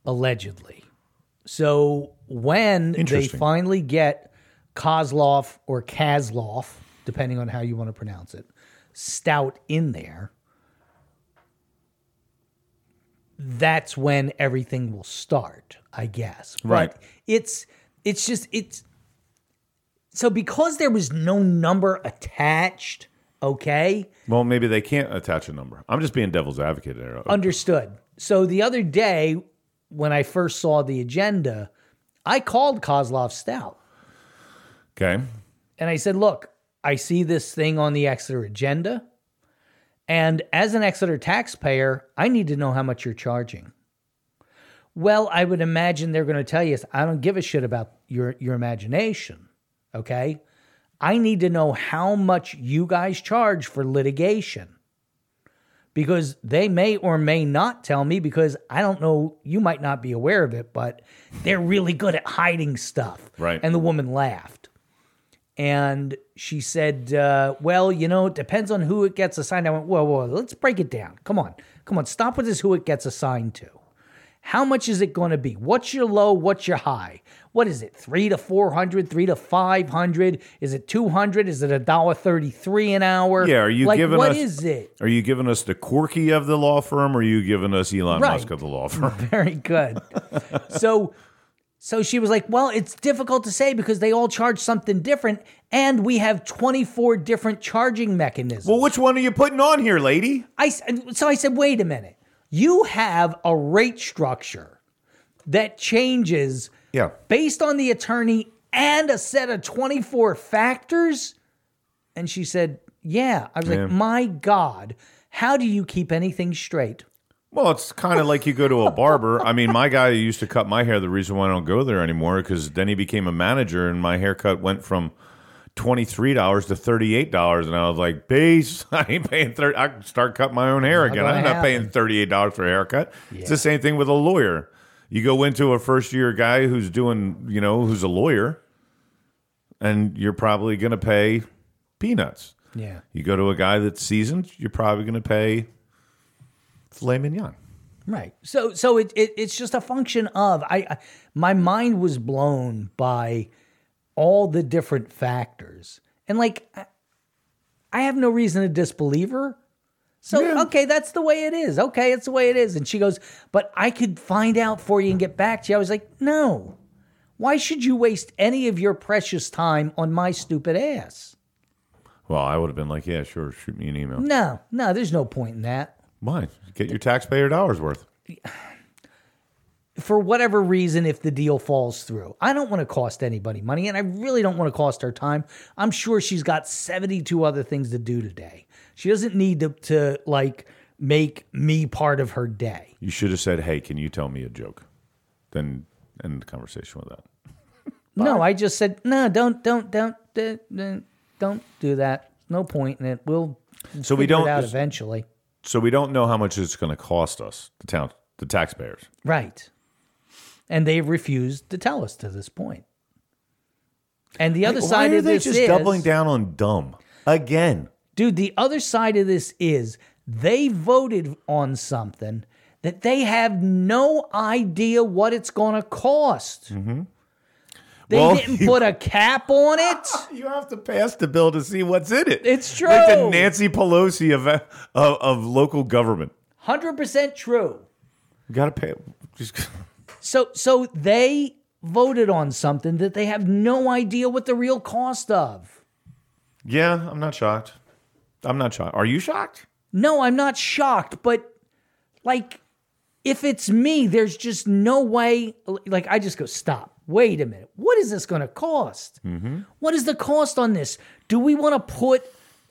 S1: allegedly. So when they
S2: Interesting.
S1: finally get Kozlov or Kazlov, depending on how you want to pronounce it, stout in there, that's when everything will start, I guess. But
S2: Right.
S1: it's it's just it's so because there was no number attached, okay?
S2: Well, maybe they can't attach a number. I'm just being devil's advocate there.
S1: Uh, Understood. So the other day, when I first saw the agenda, I called Kozlov Stout
S2: Okay.
S1: and I said, Look, I see this thing on the Exeter agenda. And as an Exeter taxpayer, I need to know how much you're charging. Well, I would imagine they're going to tell you, I don't give a shit about your, your imagination. Okay. I need to know how much you guys charge for litigation because they may or may not tell me because I don't know, you might not be aware of it, but they're really good at hiding stuff.
S2: Right.
S1: And the woman laughed. And she said, uh, Well, you know, it depends on who it gets assigned. I went, Whoa, whoa, let's break it down. Come on. Come on. Stop with this who it gets assigned to. How much is it going to be? What's your low? What's your high? What is it? Three to 400, three to 500? Is it 200? Is it a dollar 33 an hour?
S2: Yeah, are you
S1: like,
S2: giving
S1: What
S2: us-
S1: is it? [laughs]
S2: Are you giving us the quirky of the law firm, or are you giving us Elon
S1: Right.
S2: Musk of the law firm? [laughs]
S1: very good. so so she was like, "Well, it's difficult to say because they all charge something different and we have 24 different charging mechanisms."
S2: Well, which one are you putting on here, lady?
S1: I s- so I said, "Wait a minute. You have a rate structure that changes
S2: Yeah.
S1: based on the attorney and a set of 24 factors?" And she said, "Yeah." I was
S2: Yeah.
S1: like, "My god, how do you keep anything straight?"
S2: Well, it's kind of like you go to a barber. I mean, my guy who used to cut my hair, the reason why I don't go there anymore, because then he became a manager and my haircut went from $23 to $38. And I was like, base, [laughs] I ain't paying 30 I can start cutting my own hair again.
S1: gonna
S2: I'm not paying
S1: happen.
S2: $38 for a haircut. It's the same thing with a lawyer. You go into a first year guy who's doing, you know, who's a lawyer, and you're probably going to pay peanuts.
S1: Yeah.
S2: You go to a guy that's seasoned, you're probably going to pay filet mignon.
S1: Right. So so it, it it's just a function of I, I my mind was blown by all the different factors. And And like, I- I have no reason to disbelieve her. So, okay, that's the way it is. Okay, it's the way it is. And she goes, But I could find out for you and get back to you. I was like, No. Why should you waste any of your precious time on my stupid ass?
S2: Well, I would have been like, yeah, sure, shoot me an email.
S1: No, no, there's no point in that.
S2: Why? Get your taxpayer dollars worth.
S1: for whatever reason, if the deal falls through, I don't want to cost anybody money and I really don't want to cost her time. I'm sure she's got 72 other things to do today. She doesn't need to, to like make me part of her day.
S2: You should have said, hey, can you tell me a joke? Then end the conversation with that.
S1: No, I just said, no, don't, don't, don't, don't, don't- don't do that. No point in it. We'll
S2: So we
S1: figure it
S2: don't-
S1: out eventually.
S2: So we don't know how much it's going to cost us, the town, the taxpayers.
S1: Right. And they've refused to tell us to this point. And the other side
S2: Why are
S1: of
S2: they
S1: this
S2: just
S1: is,
S2: doubling down on dumb again?
S1: Dude, the other side of this is they voted on something that they have no idea what it's going to cost. They
S2: Mm-hmm. Well,
S1: didn't
S2: you-
S1: put a cap on it.
S2: You have to pass the bill to see what's in it.
S1: It's
S2: Like the
S1: true.
S2: Nancy Pelosi of of, of local government.
S1: 100% true.
S2: You got to pay. Just,
S1: So so they voted on something that they have no idea what the real cost of.
S2: yeah, I'm not shocked. I'm not shocked. Are you shocked?
S1: No, I'm not shocked, but like if it's me, there's just no way like I just go stop. Wait a minute. What is this going to cost?
S2: Mm-hmm.
S1: What is the cost on this? Do we want to put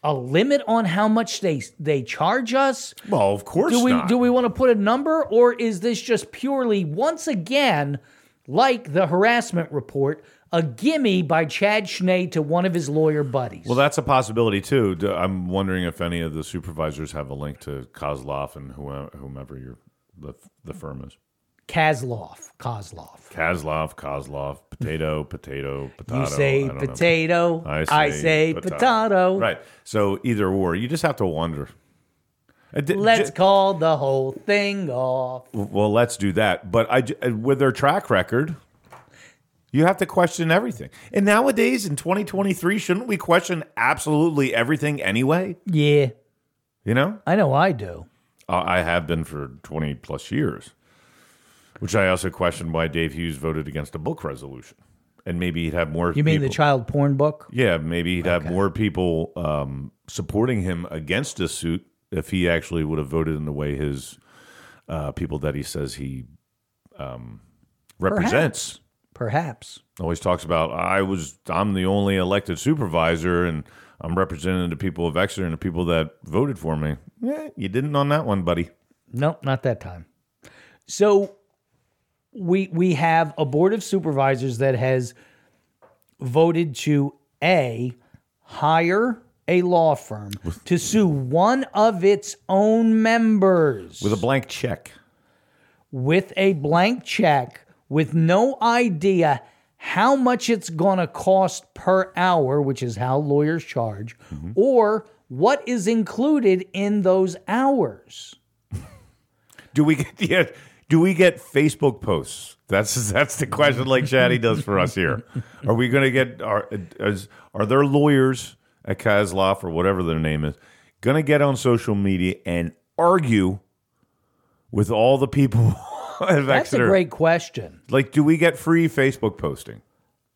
S1: a limit on how much they they charge us?
S2: Well, of course
S1: Do we
S2: not.
S1: do we want to put a number or is this just purely once again like the harassment report a gimme by Chad Schnee to one of his lawyer buddies?
S2: Well, that's a possibility too. D- I'm wondering if any of the supervisors have a link to Kozlov and whoe- whomever your the, the firm is.
S1: Kazlov, Kozlov.
S2: Kazlov, Kozlov, potato, potato, potato.
S1: You say
S2: I don't know.
S1: potato.
S2: I say,
S1: I say
S2: potato.
S1: potato.
S2: Right. So either or, you just have to wonder. I did-
S1: Let's
S2: ju-
S1: call the whole thing off.
S2: well, let's do that. But I, ju- with their track record, you have to question everything. And nowadays, in 2023, shouldn't we question absolutely everything anyway?
S1: Yeah,
S2: You know,
S1: I know I do.
S2: I I have been for 20 plus years, which I also questioned why Dave Hughes voted against a book resolution. And maybe he'd have more.
S1: You mean
S2: people-
S1: the child porn book?
S2: Yeah, maybe he'd have more people um, supporting him against this suit if he actually would have voted in the way his uh, people that he says he um, represents.
S1: Perhaps.
S2: Always talks about I was I'm the only elected supervisor and I'm representing the people of Exeter and the people that voted for me. Yeah, you didn't on that one, buddy.
S1: Nope, not that time. So we we have a board of supervisors that has voted to a hire a law firm to sue one of its own members
S2: With a blank check.
S1: with a blank check with no idea how much it's going to cost per hour, which is how lawyers charge,
S2: Mm-hmm.
S1: or what is included in those hours.
S2: Do we get [laughs] yeah, do we get Facebook posts? That's that's the question like Chatty does for us here. Are we going to get are is, are their lawyers at Kazloff or whatever their name is going to get on social media and argue with all the people [laughs] of
S1: That's a
S2: Exeter?
S1: great question.
S2: like do we get free Facebook posting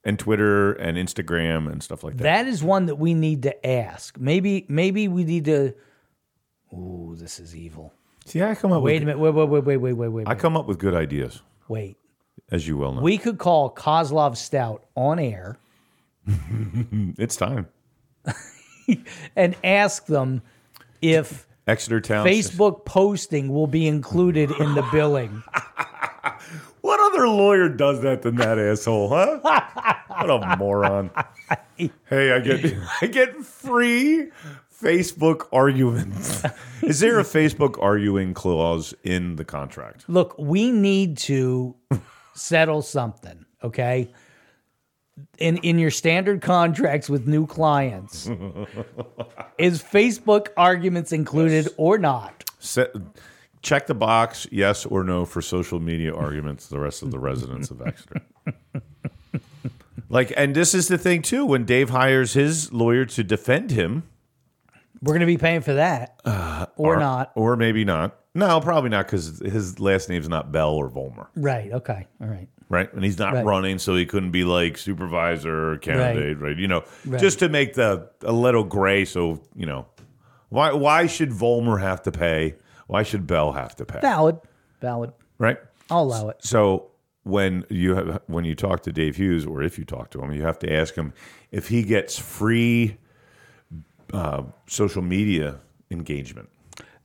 S2: and Twitter and Instagram and stuff like that?
S1: That is one that we need to ask. Maybe maybe we need to. Ooh, this is evil.
S2: See, I come up
S1: Wait a
S2: with
S1: minute. Wait wait wait wait wait wait wait.
S2: I come up with good ideas,
S1: wait.
S2: as you well know.
S1: We could call Kozlov Stout on air
S2: it's time.
S1: and ask them if
S2: Exeter Town
S1: Facebook posting will be included in the
S2: [laughs]
S1: billing.
S2: What other lawyer does that than that asshole, huh? What a moron. Hey, I get [laughs] I get free Facebook arguments. Is there a Facebook arguing clause in the contract?
S1: Look, we need to settle something, okay? In in your standard contracts with
S2: [laughs]
S1: new clients, is Facebook arguments included or not?
S2: Set, check the box yes or no for social media arguments to the rest of the residents of Exeter. Like, and this is the thing too. When Dave hires his lawyer to defend him,
S1: We're going to be paying for that
S2: Uh,
S1: or not.
S2: or maybe not. No, probably not because his last name's not Bell or Vollmer,
S1: Right. Okay. All right.
S2: right? And he's not
S1: Right.
S2: running, so he couldn't be like supervisor or candidate, right? You know, just to make the a little gray. So you know, why why should Vollmer have to pay? Why should Bell have to pay?
S1: Valid. Valid.
S2: Right?
S1: I'll allow it.
S2: So when you have, when you talk to Dave Hughes, or if you talk to him, you have to ask him if he gets free uh, social media engagement.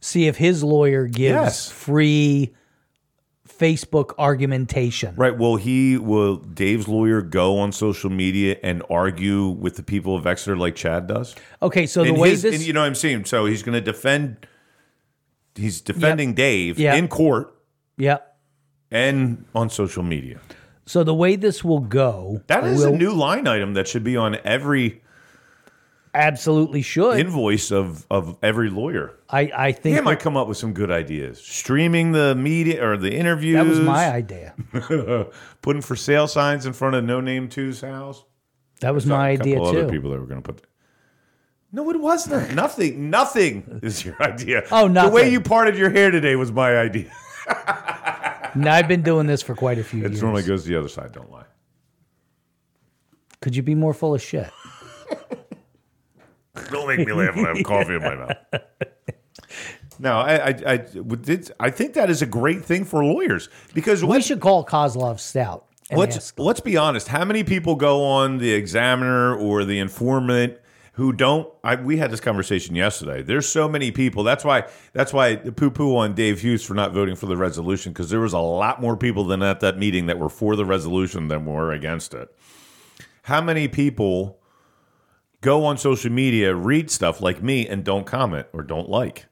S1: See if his lawyer gives
S2: Yes.
S1: free Facebook argumentation.
S2: Right. Will he will Dave's lawyer go on social media and argue with the people of Exeter like Chad does?
S1: Okay. So the
S2: In
S1: way
S2: his-
S1: this.
S2: in- you know what I'm saying. So he's going to defend. He's defending Dave
S1: Yep.
S2: in court
S1: yeah.
S2: and on social media.
S1: So the way this will go.
S2: That is a
S1: will-
S2: new line item that should be on every
S1: Absolutely should.
S2: invoice of of every lawyer.
S1: I, I think
S2: He might come up with some good ideas. Streaming the media or the interviews.
S1: that was my idea.
S2: Putting for sale signs in front of No Name Two's house.
S1: That was my
S2: a
S1: idea
S2: couple
S1: too.
S2: other people that were going to put. No, it wasn't. nothing. Nothing is your [laughs] idea.
S1: Oh,
S2: The way
S1: nothing.
S2: you parted your hair today was my idea. [laughs]
S1: Now I've been doing this for quite a few
S2: It
S1: years.
S2: normally goes the other side. Don't lie.
S1: Could you be more full of shit?
S2: Don't make me laugh when I have coffee in my mouth. [laughs] No, I, I, I, did, I think that is a great thing for lawyers because
S1: We
S2: what-
S1: should call Kozlov Stout. And
S2: let's
S1: ask-
S2: let's be honest. How many people go on the Examiner or the Informant who don't? I, we had this conversation yesterday. There's so many people. That's why that's why poo poo on Dave Hughes for not voting for the resolution because there was a lot more people than at that meeting that were for the resolution than were against it. How many people go on social media, read stuff like me, and don't comment or don't like?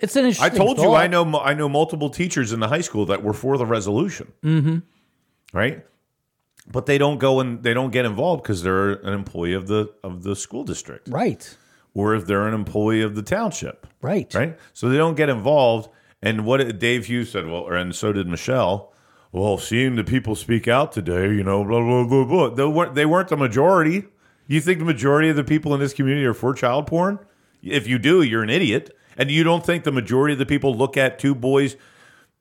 S1: it's an
S2: I
S1: interesting.
S2: told you I
S1: thought.
S2: know I know multiple teachers in the high school that were for the resolution. Mm-hmm. Right, but they don't go and they don't get involved because they're an employee of the of the school district,
S1: Right.
S2: or if they're an employee of the township,
S1: Right.
S2: right? So they don't get involved. And what it- Dave Hughes said, well, or- and so did Michelle. Well, seeing the people speak out today, you know, blah blah blah blah. They weren't they weren't the majority. You think the majority of the people in this community are for child porn? If you do, you're an idiot. And you don't think the majority of the people look at two boys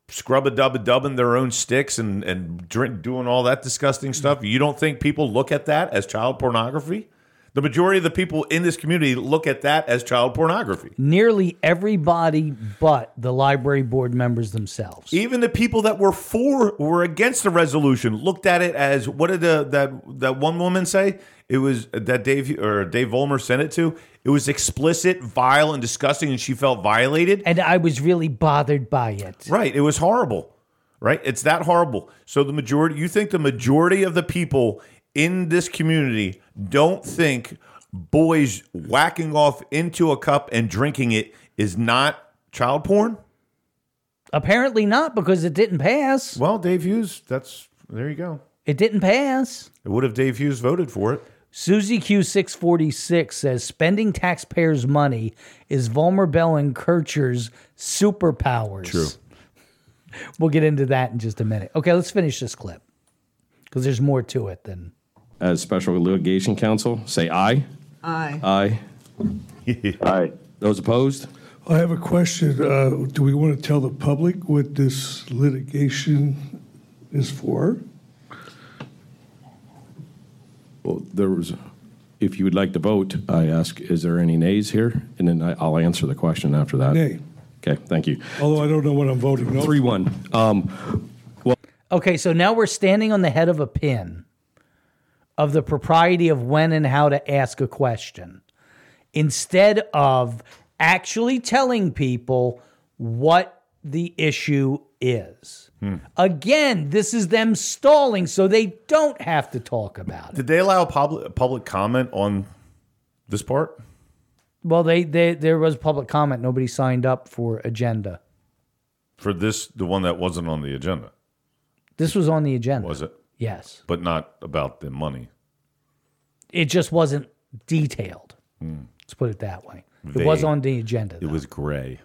S2: scrub a dub a dubbing their own sticks and and drink, doing all that disgusting stuff. You don't think people look at that as child pornography? The majority of the people in this community look at that as child pornography.
S1: Nearly everybody but the library board members themselves.
S2: Even the people that were for were against the resolution looked at it as what did the, that that one woman say? It was that Dave or Dave Volmer sent it to. It was explicit, vile, and disgusting, and she felt violated.
S1: and I was really bothered by it.
S2: Right. It was horrible. Right. It's that horrible. So the majority, you think the majority of the people in this community don't think boys whacking off into a cup and drinking it is not child porn?
S1: Apparently not because it didn't pass.
S2: Well, Dave Hughes, that's there you go.
S1: It didn't pass.
S2: It would have Dave Hughes voted for it.
S1: Susie Q646 says spending taxpayers' money is Volmer Bell and Kircher's superpowers. True. We'll get into that in just a minute. Okay, let's finish this clip because there's more to it than.
S4: As special litigation counsel, say aye.
S5: Aye.
S4: Aye.
S6: Aye.
S4: Those opposed?
S7: I have a question. Uh, Do we want to tell the public what this litigation is for?
S4: Well, there was, if you would like to vote, I ask, is there any nays here? And then I- I'll answer the question after that.
S7: Nay.
S4: Okay, thank you.
S7: Although I don't know what I'm voting on.
S4: Three, one. Um,
S1: Okay, so now we're standing on the head of a pin of the propriety of when and how to ask a question instead of actually telling people what the issue is.
S2: Hmm.
S1: Again, this is them stalling so they don't have to talk about it.
S2: Did they allow public public comment on this part?
S1: Well, they, they there was public comment, nobody signed up for agenda.
S2: For this the one that wasn't on the agenda,
S1: This was on the agenda.
S2: was it?
S1: Yes.
S2: But not about the money.
S1: It just wasn't detailed. Let's put it that way. It was
S2: Vague.
S1: on the agenda.
S2: Hmm. It
S1: though.
S2: was gray.
S1: Uh,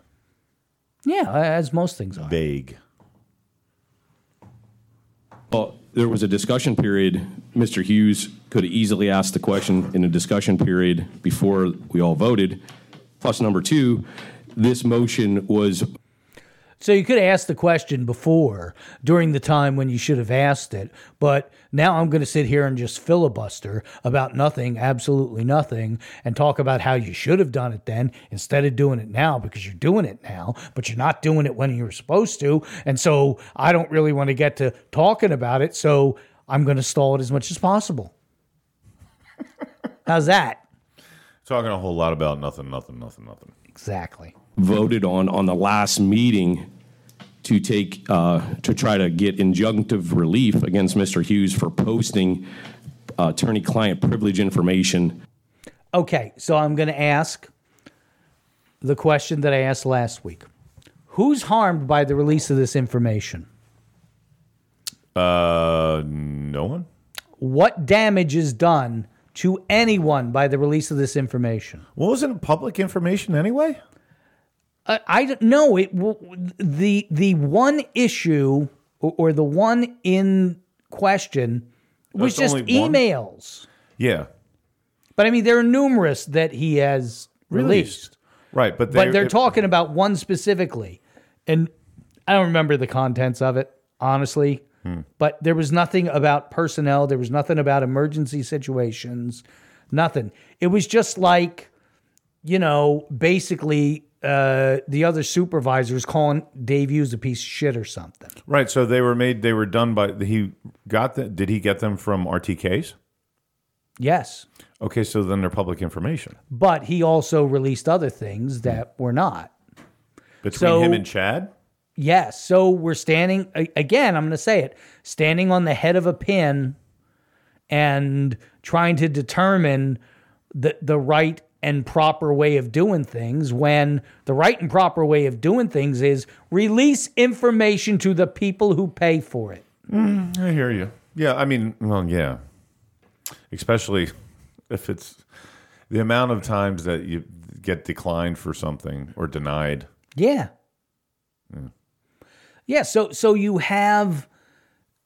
S1: Yeah, as most things are.
S2: Vague.
S4: well, there was a discussion period, Mr. Hughes could have easily asked the question in a discussion period before we all voted. Plus, number two, this motion was
S1: So you could have asked the question before during the time when you should have asked it, but now I'm going to sit here and just filibuster about nothing, absolutely nothing, and talk about how you should have done it then instead of doing it now because you're doing it now, but you're not doing it when you were supposed to. And so I don't really want to get to talking about it, so I'm going to stall it as much as possible. How's that?
S2: Talking a whole lot about nothing, nothing, nothing, nothing.
S1: Exactly.
S4: voted on on the last meeting to take uh, to try to get injunctive relief against Mr. Hughes for posting uh, attorney-client privilege information.
S1: Okay, so I'm going to ask the question that I asked last week. Who's harmed by the release of this information?
S2: Uh, no one.
S1: What damage is done to anyone by the release of this information?
S2: Well, wasn't it public information anyway? Uh,
S1: I, I don't know. It w- w- the the one issue or, or the one in question was
S2: That's
S1: just
S2: only one?
S1: emails.
S2: Yeah,
S1: But I mean, there are numerous that he has released.
S2: right. But
S1: but they're
S2: it-
S1: talking about one specifically and i don't remember the contents of it honestly but there was nothing about personnel there was nothing about emergency situations nothing it was just like you know basically uh, the other supervisors calling dave hughes a piece of shit or something
S2: right. So they were made. They were done by. He got the. Did he get them from RTK's?
S1: yes
S2: Okay, so then they're public information
S1: but he also released other things that were not
S2: between
S1: So-
S2: him and Chad.
S1: Yes. So we're standing a- again. I'm going to say it standing on the head of a pin and trying to determine the, the right and proper way of doing things when the right and proper way of doing things is release information to the people who pay for it.
S2: I hear you. Yeah, I mean, well, yeah. Especially if it's the amount of times that you get declined for something or denied.
S1: Yeah. Yeah. so so you have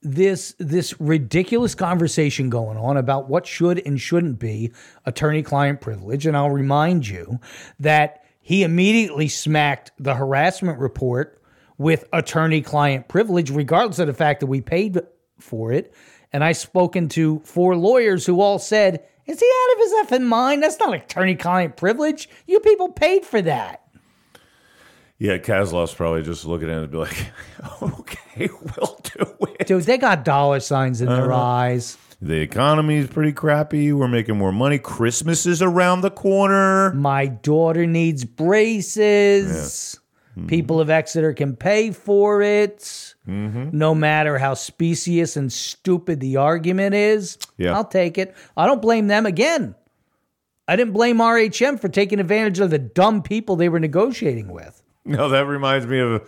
S1: this this ridiculous conversation going on about what should and shouldn't be attorney client privilege and I'll remind you that he immediately smacked the harassment report with attorney client privilege regardless of the fact that we paid for it and I spoken to four lawyers who all said is he out of his effing mind that's not attorney client privilege you people paid for that
S2: Yeah, Kazlov's probably just looking at it and be like, [laughs] okay, we'll do it.
S1: Dude, they got dollar signs in their
S2: Uh-huh.
S1: eyes.
S2: The economy is pretty crappy. We're making more money. Christmas is around the corner.
S1: My daughter needs braces.
S2: Mm-hmm.
S1: People of Exeter can pay for it.
S2: Mm-hmm.
S1: No matter how specious and stupid the argument is,
S2: Yeah.
S1: I'll take it. I don't blame them again. I didn't blame RHM for taking advantage of the dumb people they were negotiating with.
S2: No, that reminds me of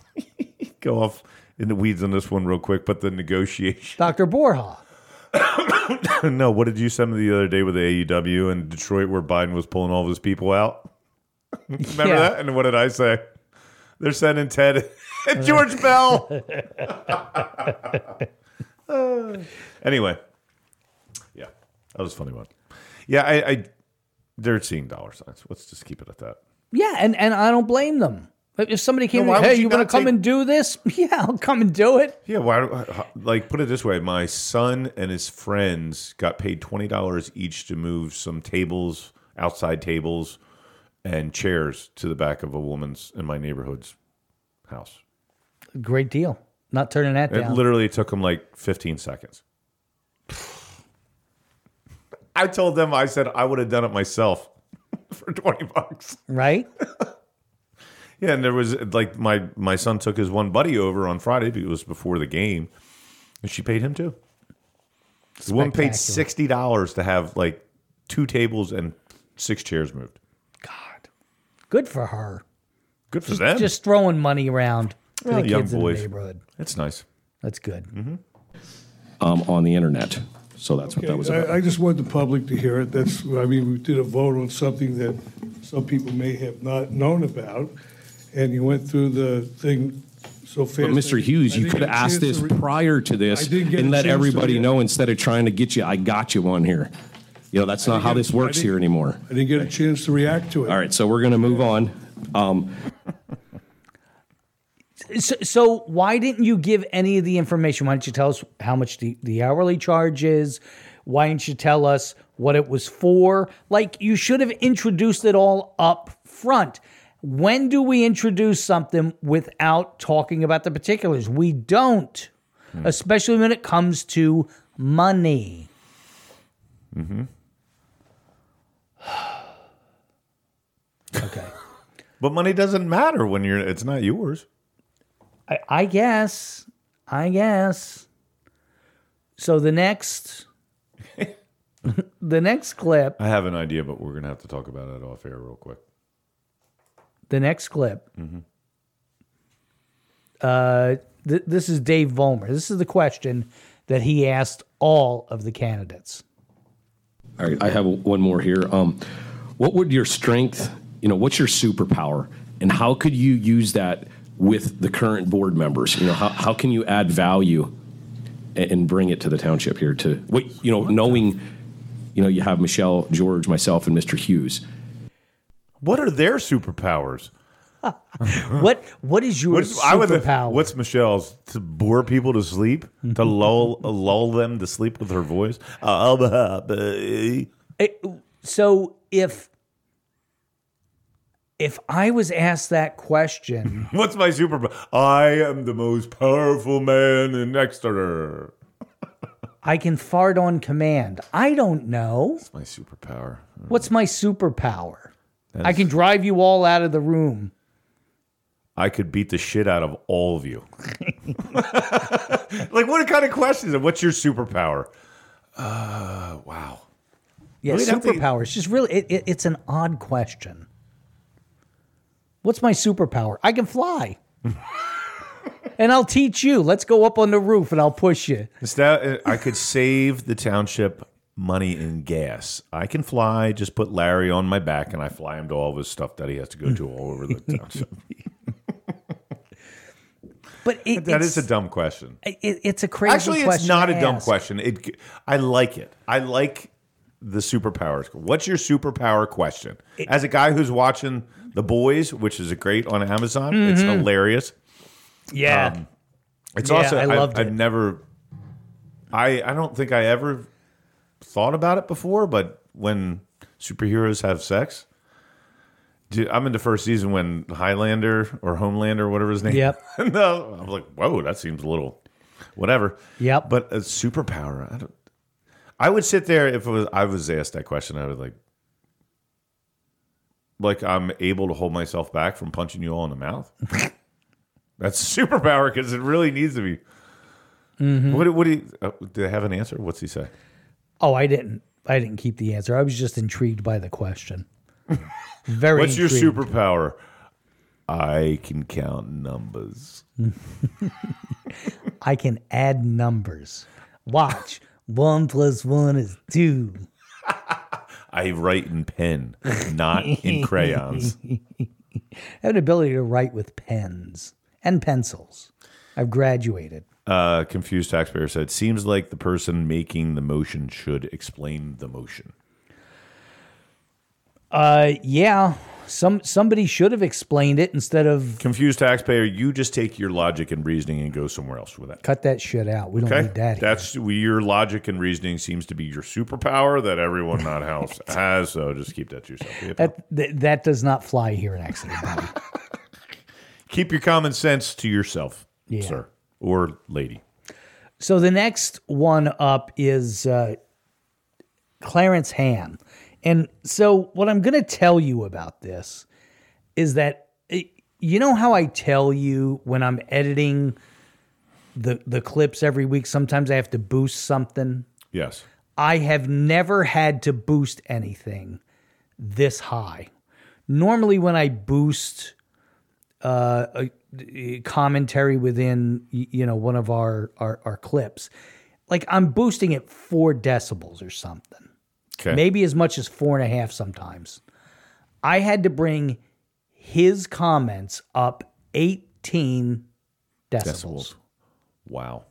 S2: [laughs] go off in the weeds on this one real quick, but the negotiation.
S1: Dr. Borja.
S2: [laughs] No, what did you send me the other day with the AEW and Detroit where Biden was pulling all of his people out? [laughs] Remember
S1: Yeah.
S2: that? And what did I say? They're sending Ted [laughs] and George Bell. [laughs] anyway, yeah, that was a funny one. Yeah, I, I they're seeing dollar signs. Let's just keep it at that.
S1: Yeah, and, and I don't blame them. But If somebody came
S2: No,
S1: and
S2: why would
S1: hey,
S2: you
S1: you want
S2: not
S1: to come
S2: take-
S1: and do this? [laughs] Yeah, I'll come and do it.
S2: Yeah, why? uh, Like, put it this way: my son and his friends got paid twenty dollars each to move some tables, outside tables, and chairs to the back of a woman's in my neighborhood's house.
S1: Great deal. Not turning that
S2: It
S1: down.
S2: literally took them like fifteen seconds. I told them, I said I would have done it myself [laughs] for twenty bucks.
S1: right?
S2: Yeah, and there was like my my son took his one buddy over on Friday because it was before the game, and she paid him too. The woman paid
S1: Spectacular.
S2: sixty dollars to have like two tables and six chairs moved.
S1: God, good for her.
S2: Good for them.
S1: Just throwing money around to
S2: Well,
S1: the
S2: young
S1: kids
S2: boys. Mm-hmm.
S1: in the neighborhood.
S2: That's nice.
S1: That's good.
S4: um, on the internet. So that's what that was about.
S7: I, I just want the public to hear it. That's, I mean, we did a vote on something that some people may have not known about, and you went through the thing so
S4: But
S7: fast.
S4: Mr. Hughes,
S7: I
S4: you
S7: didn't
S4: could have
S7: get a
S4: asked this
S7: chance to re-
S4: prior to this
S7: I didn't get
S4: and
S7: a
S4: let
S7: chance to
S4: everybody
S7: re-
S4: know instead of trying to get you, I got you on here. You know, that's not how
S7: get-
S4: this
S7: I
S4: works
S7: didn't-
S4: here anymore.
S7: I didn't get a chance to react to it.
S4: All right, so we're going to move on. Um,
S1: So, so why didn't you give any of the information? Why don't you tell us how much the, the hourly charge is? Why didn't you tell us what it was for? Like you should have introduced it all up front. When do we introduce something without talking about the particulars? We don't,
S2: Hmm.
S1: especially when it comes to money. Mm-hmm. okay.
S2: But money doesn't matter when you're. It's not yours.
S1: I, I guess. I guess. So the next, [laughs] the next clip,
S2: I have an idea, but we're gonna have to talk about it off air real quick.
S1: the next clip. Uh, th- this is Dave Vollmer. This is the question that he asked all of the candidates.
S4: all right, I have one more here. Um, what would your strength, you know, what's your superpower, and how could you use that with the current board members? You know, how, how can you add value and, and bring it to the township here to what, you know, knowing, you know, you have Michelle, George, myself, and Mr. Hughes.
S2: What are their superpowers?
S1: What What is your
S2: What's, I would,
S1: superpower?
S2: what's Michelle's to bore people to sleep, to lull [laughs] lull them to sleep with her voice. Uh, uh, uh,
S1: It- so if if I was asked that question,
S2: What's my superpower? I am the most powerful man in Exeter.
S1: I can fart on command. I don't know.
S2: It's my superpower.
S1: What's my superpower? I can drive you all out of the room.
S2: I could beat the shit out of all of you. like, what kind of question is it? What's your superpower? Uh, wow.
S1: Yeah,
S2: We'd have to-
S1: superpowers. Just really, it, it, it's an odd question. What's my superpower? I
S2: [laughs]
S1: can fly. and I'll teach you. Let's go up on the roof and I'll push you.
S2: Is that- uh, I could save the township money and gas. I can fly. Just put Larry on my back, and I fly him to all of his stuff that he has to go to all over the township.
S1: But it,
S2: that
S1: it's,
S2: is a dumb question.
S1: it, it's a crazy
S2: Actually,
S1: question.
S2: it's not
S1: to
S2: a dumb
S1: ask.
S2: question. It, I like it. I like the superpowers. What's your superpower question? As a guy who's watching The Boys, which is a great on Amazon, it's hilarious.
S1: Yeah.
S2: Um, It's
S1: Mm-hmm. Yeah,
S2: also
S1: I
S2: I
S1: loved
S2: have
S1: it.
S2: never. I I don't think I ever thought about it before, but when superheroes have sex. Dude, I'm in the first season when Highlander or Homelander, whatever his name.
S1: Yep.
S2: [laughs] no, I'm like, whoa, that seems a little, whatever.
S1: Yep.
S2: But a superpower, I don't. I would sit there if it was I was asked that question. I would like, like I'm able to hold myself back from punching you all in the mouth. That's a superpower because it really needs to be. What, do- what do you? Uh, do they have an answer? What's he say?
S1: oh, I didn't. I didn't keep the answer. I was just intrigued by
S2: [laughs]
S1: the question. Very.
S2: What's your
S1: intrigued.
S2: superpower? I can count numbers.
S1: I can add numbers.
S2: [laughs]
S1: Watch. one plus one is two.
S2: I write in pen, not in crayons.
S1: I have an ability to write with pens and pencils. I've graduated.
S2: Uh, confused taxpayer said, "Seems like the person making the motion should explain the motion."
S1: Uh, yeah, some somebody should have explained it instead of
S2: Confused taxpayer, you just take your logic and reasoning and go somewhere else with that.
S1: cut that shit out. We don't
S2: Okay,
S1: need that. here.
S2: that's your logic and reasoning seems to be your superpower that everyone
S1: [laughs]
S2: not house has. So just keep that to yourself. Yep.
S1: that, that that does not fly here in Exeter, buddy. [laughs]
S2: keep your common sense to yourself, sir or lady.
S1: So the next one up is uh, Clarence Ham. And so what I'm going to tell you about this is that eh, you know how I tell you when I'm editing the the clips every week sometimes I have to boost something.
S2: Yes.
S1: I have never had to boost anything this high. Normally, when I boost uh, a, a commentary within y- you know one of our, our our clips, like I'm boosting it four decibels or something,
S2: Okay.
S1: maybe as much as four and a half sometimes. I had to bring his comments up eighteen decibels.
S2: Wow.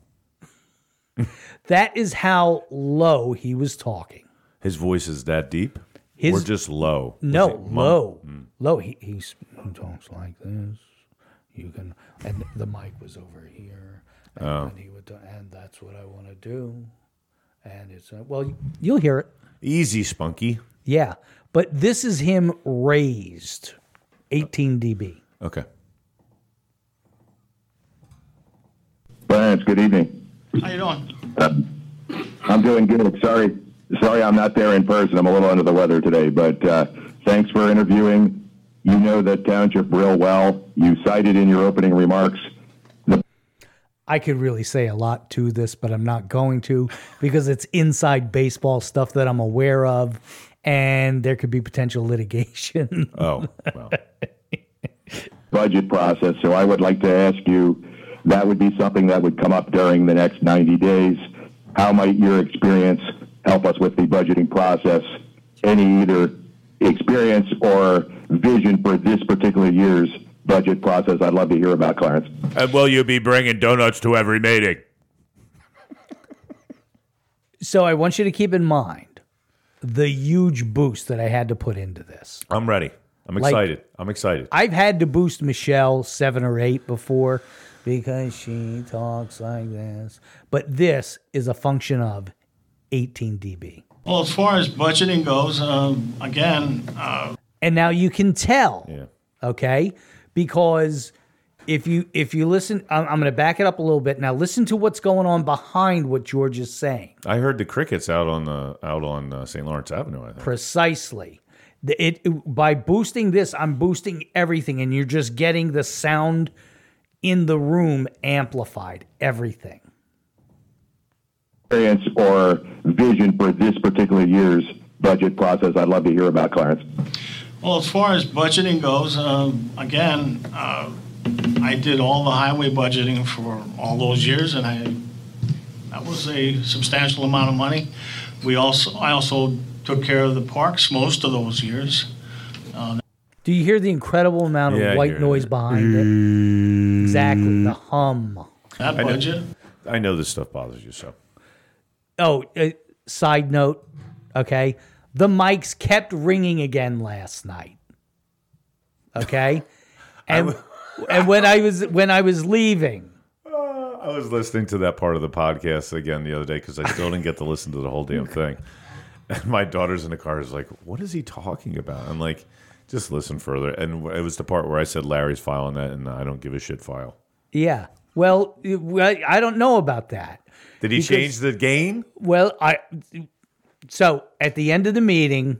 S1: That is how low he was talking.
S2: His voice is that deep?
S1: His-
S2: or just low?
S1: No, low, Hmm. low. He, he s- he talks like this. You can, and the mic was over here, and, he would, do- and that's what I want to do. And it's uh, well, you'll hear it.
S2: Easy, Spunky.
S1: Yeah, but this is him raised, 18 dB.
S2: Okay.
S6: Lance, good evening.
S8: How you doing?
S6: I'm doing good. Sorry, sorry, I'm not there in person. I'm a little under the weather today, but uh, thanks for interviewing. You know the township real well. You cited in your opening remarks the
S1: I could really say a lot to this, but I'm not going to because it's inside baseball stuff that I'm aware of, and there could be potential [laughs] litigation.
S2: Oh,
S1: [laughs]
S2: wow.
S6: budget process. So I would like to ask you, that would be something that would come up during the next 90 days. How might your experience help us with the budgeting process? Any either experience or vision for this particular year's budget process? I'd love to hear about Clarence.
S2: and will you Uh, be bringing donuts to every meeting?
S1: So I want you to keep in mind the huge boost that I had to put into this.
S2: I'm ready. I'm excited. I'm excited.
S1: I've had to boost Michelle seven or eight before because she talks like this, but this is a function of 18 dB.
S8: Well, as far as budgeting goes, um, again, uh,
S1: And now you can tell,
S2: yeah.
S1: okay, because if you if you listen, I'm, I'm going to back it up a little bit. Now listen to what's going on behind what George is saying.
S2: I heard the crickets out on the out on uh, St. Lawrence Avenue. I think.
S1: precisely The- it, it- by boosting this i'm boosting everything and you're just getting the sound in the room amplified everything
S6: Experience or vision for this particular year's budget process? I'd love to hear about Clarence.
S8: well, as far as budgeting goes, um, again, uh, I did all the highway budgeting for all those years, and I that was a substantial amount of money. We also I also took care of the parks most of those years.
S1: do you hear the incredible amount of
S2: Yeah, I hear
S1: white
S2: it.
S1: noise behind it exactly the hum
S8: That budget.
S2: I know this stuff bothers you, so
S1: oh uh, side note okay the mics kept ringing again last night
S2: [laughs]
S1: okay and and when i was when i was leaving
S2: I was listening to that part of the podcast again the other day because I still didn't get to listen to the whole damn thing. And my daughter's in the car is like, "What is he talking about?" I'm like, "Just listen further." And it was the part where I said Larry's file on that, and I don't give a shit file.
S1: Yeah. Well, it- well, I don't know about that.
S2: Did he change the gain?
S1: Well, I so at the end of the meeting,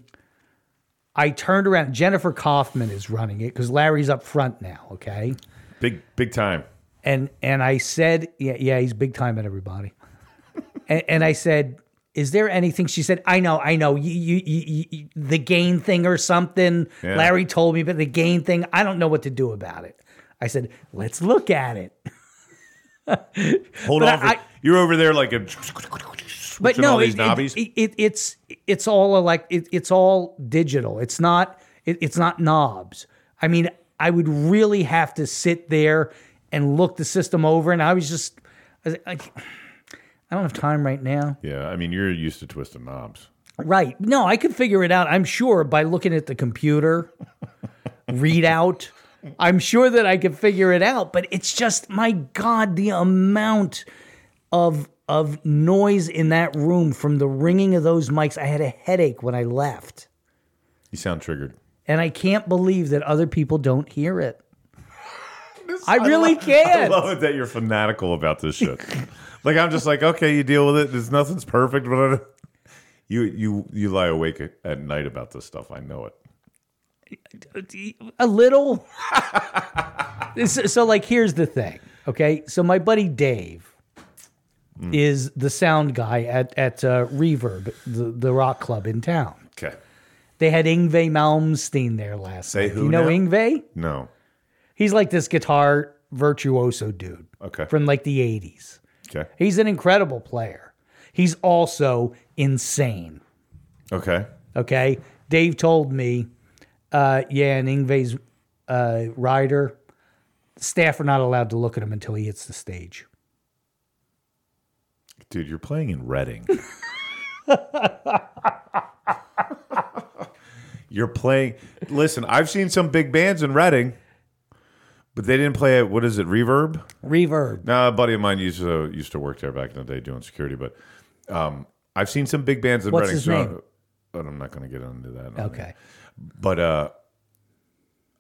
S1: I turned around. Jennifer Kaufman is running it because Larry's up front now. Okay,
S2: Big big time.
S1: and and I said, yeah, yeah, he's big time at everybody. [laughs] and, and I said, is there anything? She said, I know, I know, you, you, you, you the gain thing or something.
S2: Yeah.
S1: Larry told me, but the gain thing, I don't know what to do about it. I said, let's look at it.
S2: Hold
S1: But
S2: on, for,
S1: I-
S2: you're over there like a.
S1: but
S2: switching
S1: no,
S2: all these
S1: it,
S2: knobbies.
S1: It, it, it's it's all like it, it's all digital. It's not it, it's not knobs. I mean, I would really have to sit there and look the system over, and I was just I, was like, I, I don't have time right now.
S2: yeah, I mean, you're used to twisting knobs.
S1: Right? No, I could figure it out. I'm sure by looking at the computer readout. I'm sure that I could figure it out, but it's just my god, the amount of of noise in that room from the ringing of those mics. I had a headache when I left,
S2: You sound triggered.
S1: and I can't believe that other people don't hear it. I really can't.
S2: I love it that you're fanatical about this shit. like I'm just like, okay, you deal with it. There's nothing's perfect, but I- you you you lie awake at- at night about this stuff. I know it.
S1: a little. [laughs] so, so, like, here's the thing. Okay, so my buddy Dave
S2: Hmm.
S1: is the sound guy at at uh, Reverb, the, the rock club in town.
S2: Okay.
S1: They had Ingve Malmsteen there last
S2: Say
S1: night.
S2: who
S1: you know
S2: now?
S1: Ingve?
S2: No.
S1: He's like this guitar virtuoso dude
S2: Okay.
S1: from like the 80s.
S2: Okay.
S1: He's an incredible player. He's also insane.
S2: Okay.
S1: Okay. Dave told me, uh, yeah, and Ingve's uh, rider Staff are not allowed to look at him until he hits the stage.
S2: Dude, you're playing in Reading. [laughs] you're playing. Listen, I've seen some big bands in Reading, but they didn't play at what is it? Reverb.
S1: Reverb.
S2: No, a buddy of mine used to used to work there back in the day doing security, but um, I've seen some big bands in
S1: What's
S2: Reading.
S1: his
S2: so
S1: name?
S2: but I'm not going to get into that.
S1: Okay.
S2: But uh,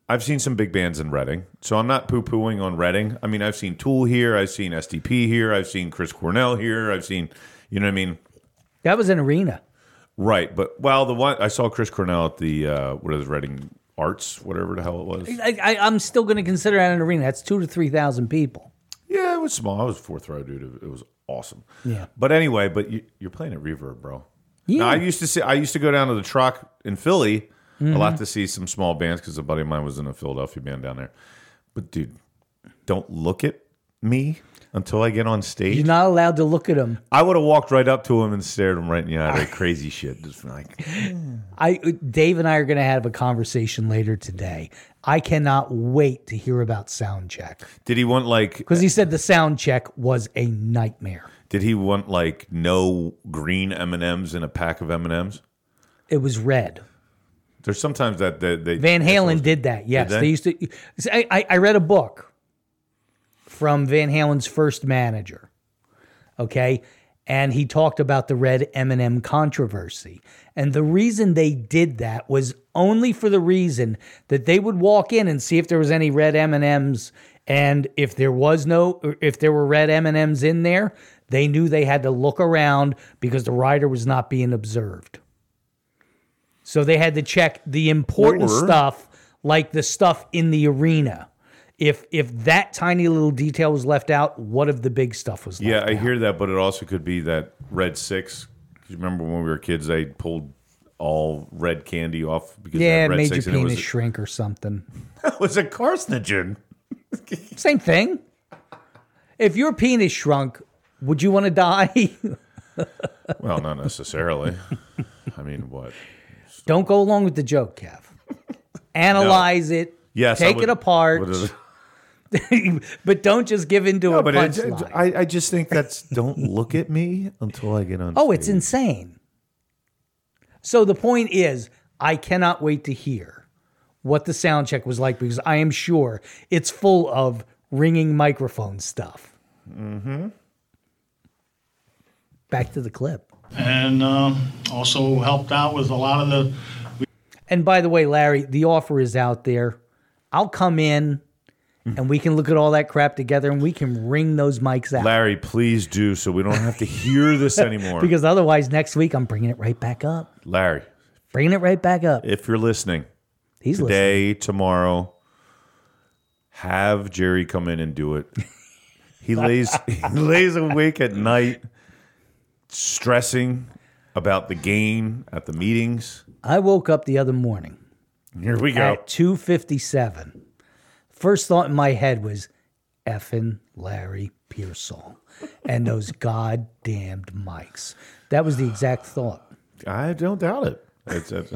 S2: I've seen some big bands in Reading, so I'm not poo pooing on Reading. I mean, I've seen Tool here, I've seen SDP here, I've seen Chris Cornell here, I've seen, you know what I mean?
S1: That was an arena.
S2: Right. But, well, the one I saw Chris Cornell at the, uh, what is it, Reading Arts, whatever the hell it was.
S1: I, I, I'm still going to consider that an arena. That's two to 3,000 people.
S2: Yeah, it was small. It was fourth row, dude. It- It was awesome.
S1: Yeah.
S2: But anyway, but you, you're playing at Reverb, bro. Yeah. I used to see. I used to go down to the truck in Philly a
S1: Mm-hmm.
S2: lot to see some small bands because a buddy of mine was in a Philadelphia band down there. But dude, don't look at me until I get on stage.
S1: You're not allowed to look at him.
S2: I would have walked right up to him and stared him right in the eye.
S1: [laughs]
S2: Like crazy shit. Just like
S1: I Dave and I are going to have a conversation later today. I cannot wait to hear about sound check
S2: did he want like
S1: because he said the sound check was a nightmare.
S2: did he want like no green M and M's in a pack of M and M's?
S1: It was red.
S2: There's sometimes that they, they
S1: Van Halen did that. Yes,
S2: they?
S1: they? used to. I, I, I read a book from Van Halen's first manager. Okay, and he talked about the red M and m controversy, and the reason they did that was only for the reason that they would walk in and see if there was any red M and M's, and if there was no, or if there were red M and M's in there, they knew they had to look around because the rider was not being observed. So they had to check the important
S2: Or-
S1: stuff, like the stuff in the arena. If if that tiny little detail was left out, what if the big stuff was left
S2: Yeah, I hear that, but it also could be that red six. 'Cause You remember when we were kids, they pulled all red candy off because they
S1: Yeah,
S2: had
S1: it
S2: red
S1: made your
S2: six,
S1: penis
S2: and [laughs] it
S1: shrink or something.
S2: was, was a carcinogen.
S1: Same thing. If your penis shrunk, would you want to die? [laughs]
S2: Well, not necessarily. [laughs] I mean, what?
S1: Don't go along with the
S2: [laughs]
S1: joke, Kev. Analyze it.
S2: Yes, I
S1: Take
S2: would-
S1: it apart.
S2: what is-
S1: [laughs] but don't just give into a
S2: but it,
S1: punchline.
S2: I, I just think that's don't look at me until I get on.
S1: Oh, it's
S2: stage.
S1: insane. So the point is, I cannot wait to hear what the sound check was like because I am sure it's full of ringing microphone stuff. Mm-hmm. Back to the clip.
S8: And um, also helped out with a lot of the
S1: And by the way, Larry, the offer is out there. I'll come in and we can look at all that crap together and we can ring those mics out.
S2: Larry, please do so we don't have to hear
S1: [laughs]
S2: this anymore.
S1: Because otherwise, next week, I'm bringing it right back up.
S2: Larry,
S1: Bringing it right back up.
S2: if you're listening
S1: He's listening.
S2: today, tomorrow, have Jerry come in and do it. He lays [laughs] he lays awake at night, stressing about the game at the meetings.
S1: I woke up the other morning.
S2: Here we go.
S1: at 257. First thought in my head was effing Larry Pearsall and those [laughs] goddamned mics. That was the exact thought.
S2: I don't doubt it. It's, it's,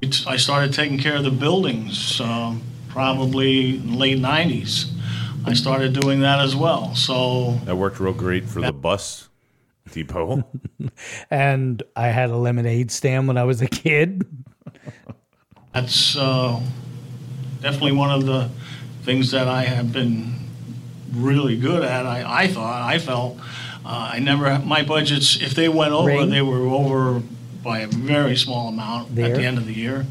S8: It's- I started taking care of the buildings um, probably in the late 90s. I started doing that as well. So
S2: that worked real great for the bus depot.
S1: And I had a lemonade stand when I was a kid.
S8: that's uh, definitely one of the things that I have been really good at. I, I thought, I felt, uh, I never, my budgets, if they went over,
S1: Ring?
S8: they were over by a very small amount at
S1: There.
S8: the end of the year.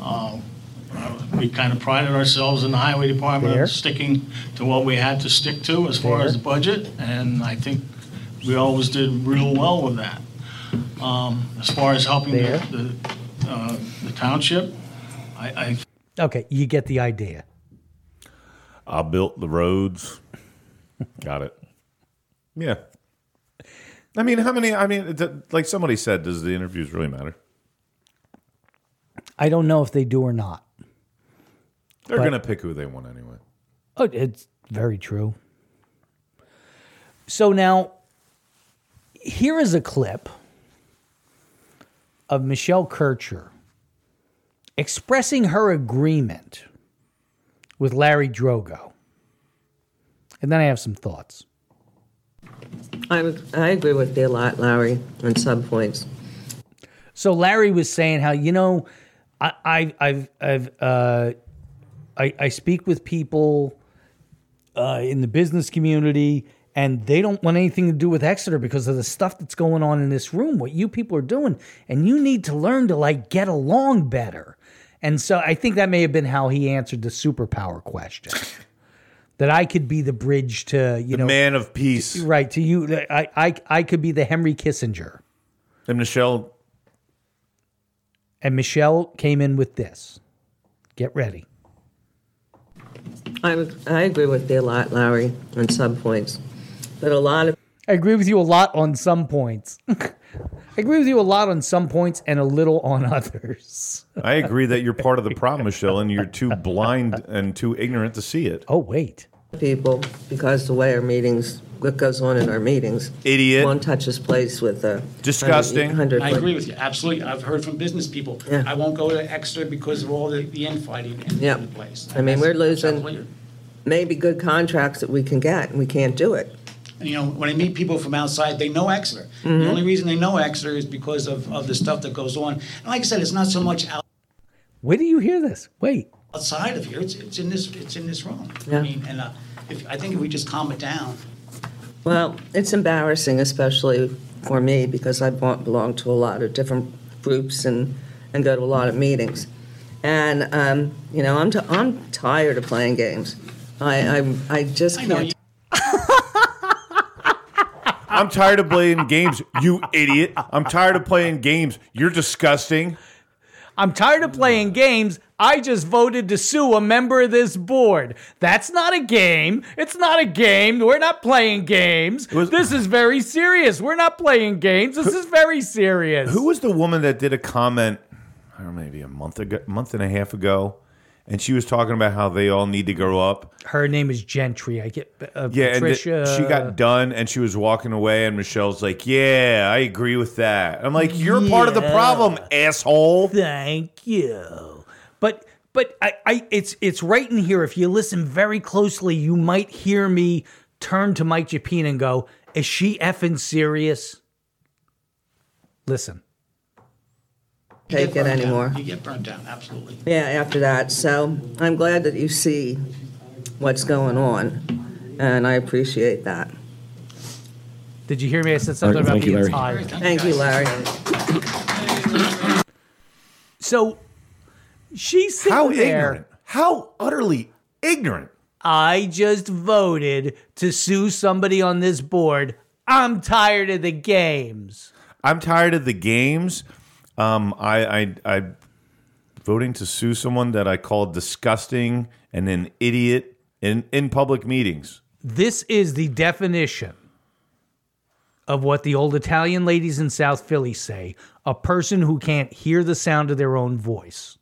S8: Uh, we kind of prided ourselves in the highway department
S1: There.
S8: of sticking to what we had to stick to as far
S1: There.
S8: as the budget, and I think we always did real well with that. Um, as far as helping
S1: There.
S8: the, the, uh, the township, I, I
S1: Okay, you get the idea.
S2: I built the roads. Got it. Yeah. I mean, how many? I mean, th- like somebody said, does the interviews really matter?
S1: I don't know if they do or not.
S2: They're gonna pick who they want anyway.
S1: Oh, it's very true. So now, here is a clip of Michelle Kircher expressing her agreement with Larry Drogo. And then I have some thoughts.
S9: I, would- I agree with you a lot, Larry, on some points.
S1: So Larry was saying how you know, I, I I've I've uh, I, I speak with people uh, in the business community, and they don't want anything to do with Exeter because of the stuff that's going on in this room, what you people are doing, and you need to learn to like get along better. And so I think that may have been how he answered the superpower question. [laughs] That I could be the bridge to you know
S2: Man of peace.
S1: right to you I, I I could be the Henry Kissinger
S2: And Michelle,
S1: And Michelle came in with this. Get ready.
S9: I, would- I agree with you a lot, Larry, on some points. But a lot of
S1: I agree with you a lot on some points. [laughs] I agree with you a lot on some points and a little on [laughs] others.
S2: I agree that you're part of the problem, Michelle, and you're too blind and too ignorant to see it.
S1: Oh, wait.
S9: people, because the way our meetings, what goes on in our meetings,
S2: Idiot.
S9: one touches place with a
S2: Disgusting.
S9: Hundred,
S10: I agree with you, absolutely. I've heard from business people,
S9: Yeah.
S10: I won't go to Exeter because of all the, the infighting in
S9: Yeah.
S10: in the place.
S9: I mean, we're
S10: That's- that's
S9: losing-
S10: absolutely.
S9: maybe good contracts that we can get, and we can't do it.
S10: you know, when I meet people from outside, they know Exeter.
S9: Mm-hmm.
S10: The only reason they know Exeter is because of, of the stuff that goes on. And like I said, it's not so much out-
S1: Where do you hear this? Wait.
S10: outside of here. It's, it's in this it's in this room.
S9: Yeah.
S10: I mean, and uh, if I think if we just calm it down,
S9: Well, it's embarrassing, especially for me, because I bo- belong to a lot of different groups and, and go to a lot of meetings. And, um, you know, I'm, t- I'm tired of playing games. I, I, I just
S10: I know
S9: can't.
S2: I'm tired of playing games, you idiot. I'm tired of playing games. You're disgusting.
S1: I'm tired of playing games. I just voted to sue a member of this board. That's not a game. It's not a game. We're not playing games.
S2: was-
S1: this is very serious. We're not playing games. This is very serious.
S2: Who was the woman that did a comment? I don't know, maybe a month ago, month and a half ago, and she was talking about how they all need to grow up.
S1: Her name is Gentry. I get uh,
S2: Yeah, and that
S1: Patricia. uh,
S2: she got done, and she was walking away, and Michelle's like, "Yeah, I agree with that." I'm like, "You're part of the problem, asshole."
S1: Thank you. But but I, I it's it's right in here. If you listen very closely, you might hear me turn to Mike Japine and go, "Is she effing serious?" Listen,
S10: you
S9: take
S10: get
S9: it
S10: burned
S9: anymore.
S10: Down. You get burnt down, absolutely.
S9: Yeah, after that. So I'm glad that you see what's going on, and I appreciate that.
S1: did you hear me? I said something
S4: All right,
S1: about
S4: thank you,
S1: being
S4: Larry.
S1: tired.
S9: Thank you, Larry.
S1: So she's sitting
S2: How
S1: there.
S2: ignorant? How utterly ignorant?
S1: I just voted to sue somebody on this board. I'm tired of the games.
S2: I'm tired of the games. Um, I, I, I, voting to sue someone that I call disgusting and an idiot in in public meetings.
S1: This is the definition of what the old Italian ladies in South Philly say a person who can't hear the sound of their own voice.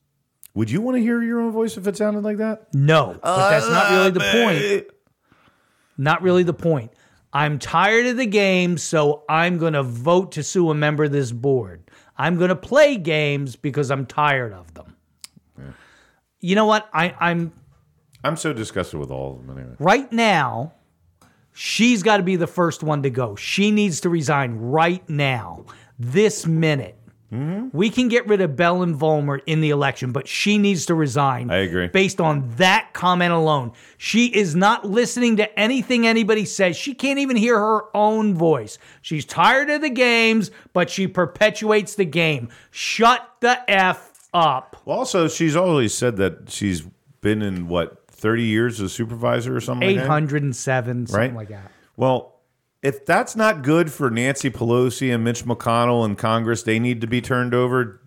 S2: Would you want to hear your own voice if it sounded like that?
S1: No, but that's not really the point. Not really the point. I'm tired of the game, so I'm going to vote to sue a member of this board. I'm going to play games because I'm tired of them. You know what? I, I'm
S2: I'm so disgusted with all of them anyway.
S1: right now, she's got to be the first one to go. She needs to resign right now, this minute.
S2: Mm-hmm.
S1: We can get rid of Bell and Vollmer in the election, but she needs to resign.
S2: I agree.
S1: Based on that comment alone, she is not listening to anything anybody says. She can't even hear her own voice. She's tired of the games, but she perpetuates the game. Shut the F up.
S2: Well, also, she's always said that she's been in what 30 years as supervisor or something. like that?
S1: 807, something
S2: Right.
S1: like that.
S2: Well, if that's not good for Nancy Pelosi and Mitch McConnell and Congress, they need to be turned over.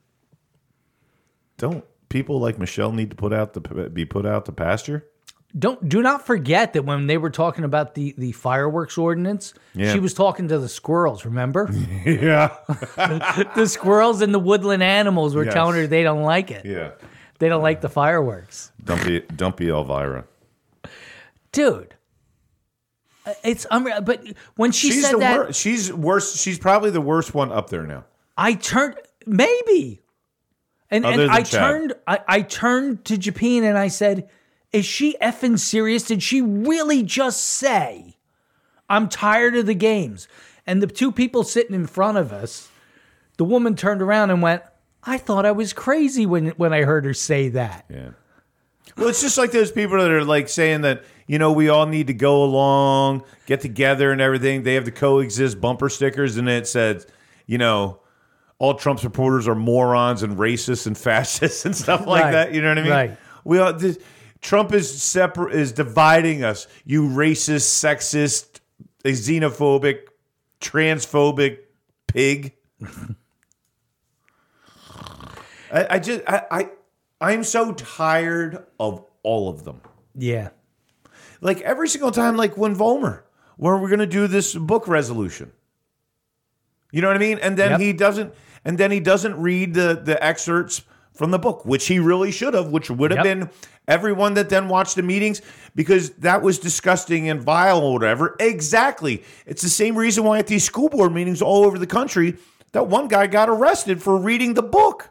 S2: Don't people like Michelle need to put out the be put out to pasture?
S1: don't do not forget that when they were talking about the the fireworks ordinance,
S2: Yeah.
S1: she was talking to the squirrels. Remember,
S2: [laughs] Yeah,
S1: the squirrels and the woodland animals were
S2: Yes.
S1: telling her they don't like it.
S2: yeah.
S1: They don't like the fireworks,
S2: Dumpy, Dumpy Elvira.
S1: dude. uh, It's unreal. But when she
S2: She's
S1: said
S2: the
S1: that,
S2: worst. She's worse. She's probably the worst one up there now.
S1: I turned maybe, and
S2: Other
S1: and
S2: than
S1: I
S2: Chad.
S1: turned I, I turned to Japine and I said, Is she effing serious? Did she really just say, I'm tired of the games? And the two people sitting in front of us, the woman turned around and went, I thought I was crazy when, when I heard her say that.
S11: Yeah. Well, it's just like those people that are like saying that you know we all need to go along, get together, and everything. They have the coexist bumper stickers, and it says, you know, all Trump supporters are morons and racists and fascists and stuff like
S1: Right.
S11: that. You know what I mean?
S1: Right.
S11: We all this, Trump is separ- is dividing us. You racist, sexist, xenophobic, transphobic pig. [laughs] I, I just I, I I'm so tired of all of them.
S1: Yeah.
S11: Like every single time, like when Vollmer, where we're gonna do this book resolution. You know what I mean? And then
S1: Yep.
S11: he doesn't and then he doesn't read the the excerpts from the book, which he really should have, which would have
S1: Yep.
S11: been everyone that then watched the meetings because that was disgusting and vile or whatever. Exactly. It's the same reason why at these school board meetings all over the country, that one guy got arrested for reading the book.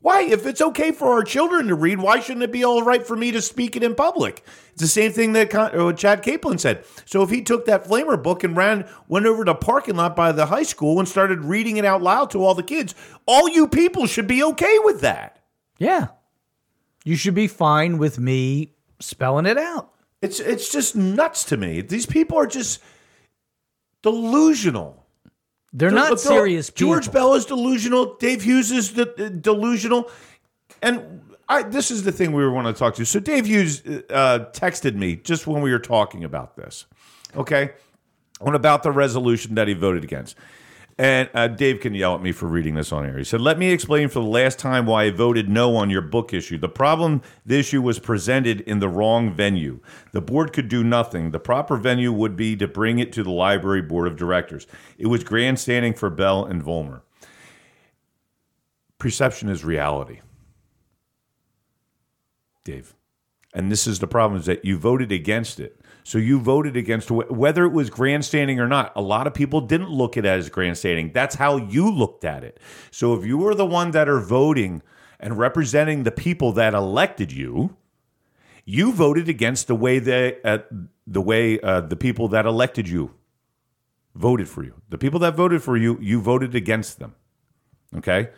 S11: Why? If it's okay for our children to read, why shouldn't it be all right for me to speak it in public? It's the same thing that Con- uh, Chad Capelin said. So if he took that Flamer book and ran, went over to the parking lot by the high school and started reading it out loud to all the kids, all you people should be okay with that.
S1: Yeah. You should be fine with me spelling it out.
S11: It's it's just nuts to me. These people are just delusional.
S1: They're not
S11: Look,
S1: serious people.
S11: George Bell is delusional. Dave Hughes is de- de- delusional. And I, this is the thing we were want to talk to. So Dave Hughes uh, texted me just when we were talking about this. Okay, on about the resolution that he voted against. And uh, Dave can yell at me for reading this on air. He said, Let me explain for the last time why I voted no on your book issue. The problem the issue was presented in the wrong venue. The board could do nothing. The proper venue would be to bring it to the library board of directors. It was grandstanding for Bell and Vollmer. Perception is reality, Dave. And this is the problem is that you voted against it. So you voted against wh- whether it was grandstanding or not. A lot of people didn't look at it as grandstanding. That's how you looked at it. So if you were the one that are voting and representing the people that elected you, you voted against the way they, uh, the way uh, the people that elected you voted for you. The people that voted for you, you voted against them. Okay?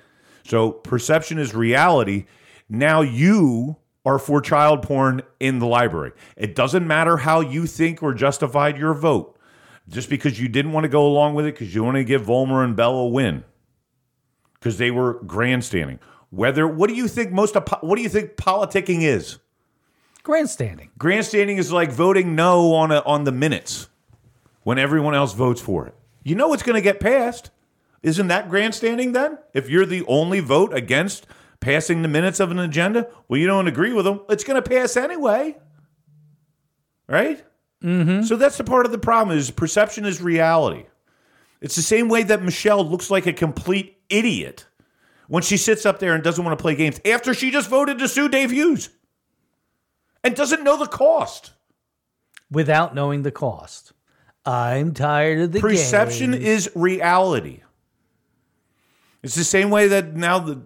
S11: So perception is reality. Now you are for child porn in the library. It doesn't matter how you think or justified your vote. Just because you didn't want to go along with it because you want to give Volmer and Bell a win because they were grandstanding. Whether what do you think most of, po- what do you think politicking is?
S1: Grandstanding.
S11: Grandstanding is like voting no on a, on the minutes when everyone else votes for it. You know it's going to get passed. Isn't that grandstanding then? If you're the only vote against passing the minutes of an agenda, well, you don't agree with them. It's going to pass anyway, right? Mm-hmm. So that's the part of the problem is perception is reality. It's the same way that Michelle looks like a complete idiot when she sits up there and doesn't want to play games after she just voted to sue Dave Hughes and doesn't know the cost.
S1: without knowing the cost. I'm tired of the
S11: Perception
S1: game.
S11: is reality. It's the same way that now the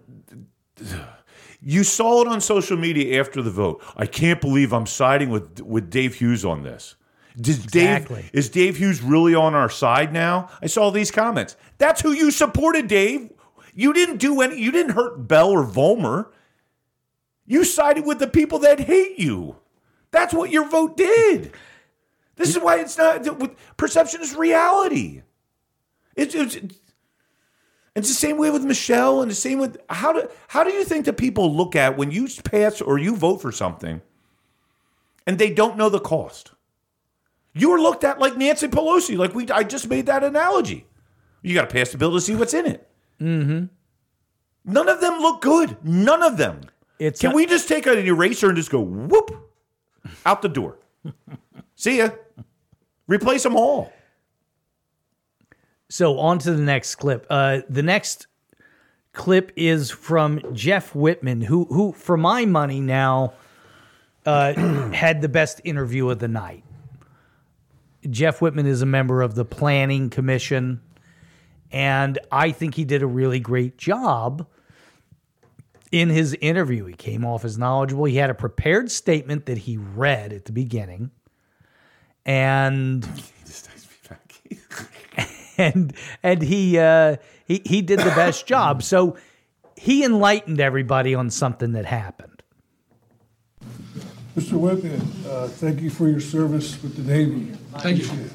S11: you saw it on social media after the vote. I can't believe I'm siding with with Dave Hughes on this. Does
S1: Exactly.
S11: Dave is Dave Hughes really on our side now? I saw these comments. That's who you supported, Dave. You didn't do any. You didn't hurt Bell or Vollmer. You sided with the people that hate you. That's what your vote did. This is why it's not th- with- perception is reality. It's, it's it's the same way with Michelle and the same with how do how do you think that people look at when you pass or you vote for something and they don't know the cost? You are looked at like Nancy Pelosi, like we I just made that analogy. You got to pass the bill to see what's in it. Mm-hmm. None of them look good. None of them.
S1: It's
S11: Can
S1: not-
S11: we just take an eraser and just go whoop out the door? See ya. Replace them all.
S1: So on to the next clip. Uh, the next clip is from Jeff Whitman, who who for my money now uh, [clears throat] had the best interview of the night. Jeff Whitman is a member of the Planning Commission, and I think he did a really great job in his interview, he came off as knowledgeable. He had a prepared statement that he read at the beginning, and [laughs] and and he uh, he he did the best job. So he enlightened everybody on something that happened.
S7: Mr. Webber, uh, thank you for your service with the Navy.
S10: Thank you.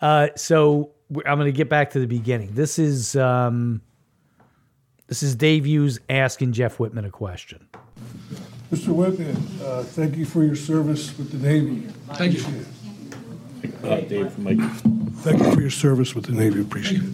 S1: Uh, so we're- I'm going to get back to the beginning. This is um, this is Dave Hughes asking Jeff Whitman a question.
S7: Mr. Webber, uh, thank you for your service with the Navy.
S10: Thank you.
S7: Thank you for your service with the Navy. Appreciate it.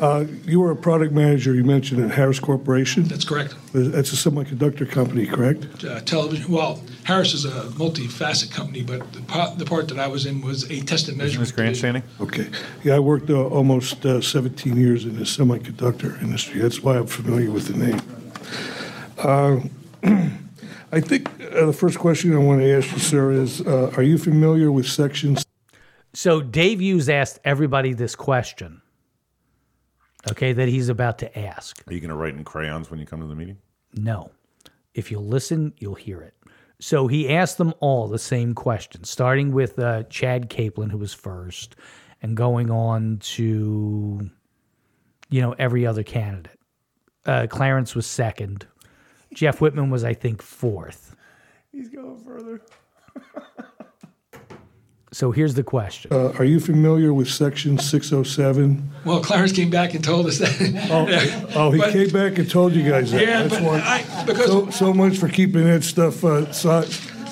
S7: Uh, You were a product manager, you mentioned, at Harris Corporation.
S12: That's correct.
S7: That's a semiconductor company, correct?
S12: Uh, television. Well, Harris is a multifaceted company, but the part, the part that I was in was a test and measurement.
S2: grandstanding?
S7: Okay. Yeah, I worked uh, almost uh, 17 years in the semiconductor industry. That's why I'm familiar with the name. Uh, [clears throat] I think uh, the first question I want to ask you, sir, is uh, are you familiar with Section
S1: So Dave Hughes asked everybody this question. Okay, that he's about to ask.
S2: Are you going to write in crayons when you come to the meeting?
S1: No. If you'll listen, you'll hear it. So he asked them all the same question, starting with uh, Chad Capelin, who was first, and going on to, you know, every other candidate. Uh, Clarence was second. Jeff Whitman was, I think, fourth.
S2: He's going further. [laughs]
S1: So here's the question.
S7: Uh, are you familiar with Section 607?
S12: Well, Clarence came back and told us that. [laughs]
S7: Oh, he
S12: But-
S7: came back and told you guys that.
S12: Yeah,
S7: That's
S12: but
S7: why.
S12: I- because-
S7: so, so much for keeping that stuff uh, so-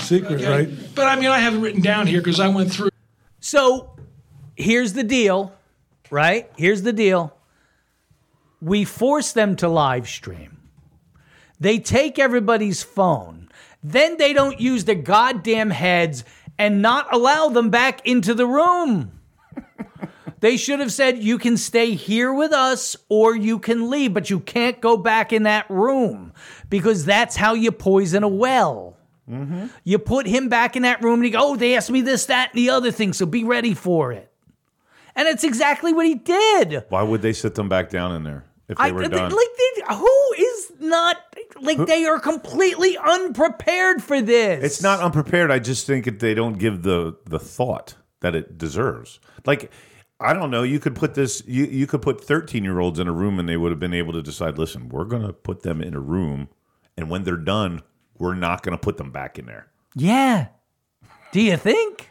S7: secret,
S12: Okay.
S7: right?
S12: But I mean, I have it written down here because I went through.
S1: So here's the deal, right? Here's the deal. We force them to live stream. They take everybody's phone. Then they don't use their goddamn heads and not allow them back into the room. [laughs] they should have said, you can stay here with us or you can leave, but you can't go back in that room because that's how you poison a well. You put him back in that room and he go, oh, they asked me this, that, and the other thing, so be ready for it. And it's exactly what he did.
S2: Why would they sit them back down in there if they
S1: I,
S2: were
S1: th-
S2: done?
S1: Like, they, who is not, like, they are completely unprepared for this.
S2: It's not unprepared. I just think that they don't give the the thought that it deserves. Like I don't know. You could put this. You you could put thirteen year olds in a room, and they would have been able to decide. Listen, we're going to put them in a room, and when they're done, we're not going to put them back in there.
S1: Yeah. Do you think?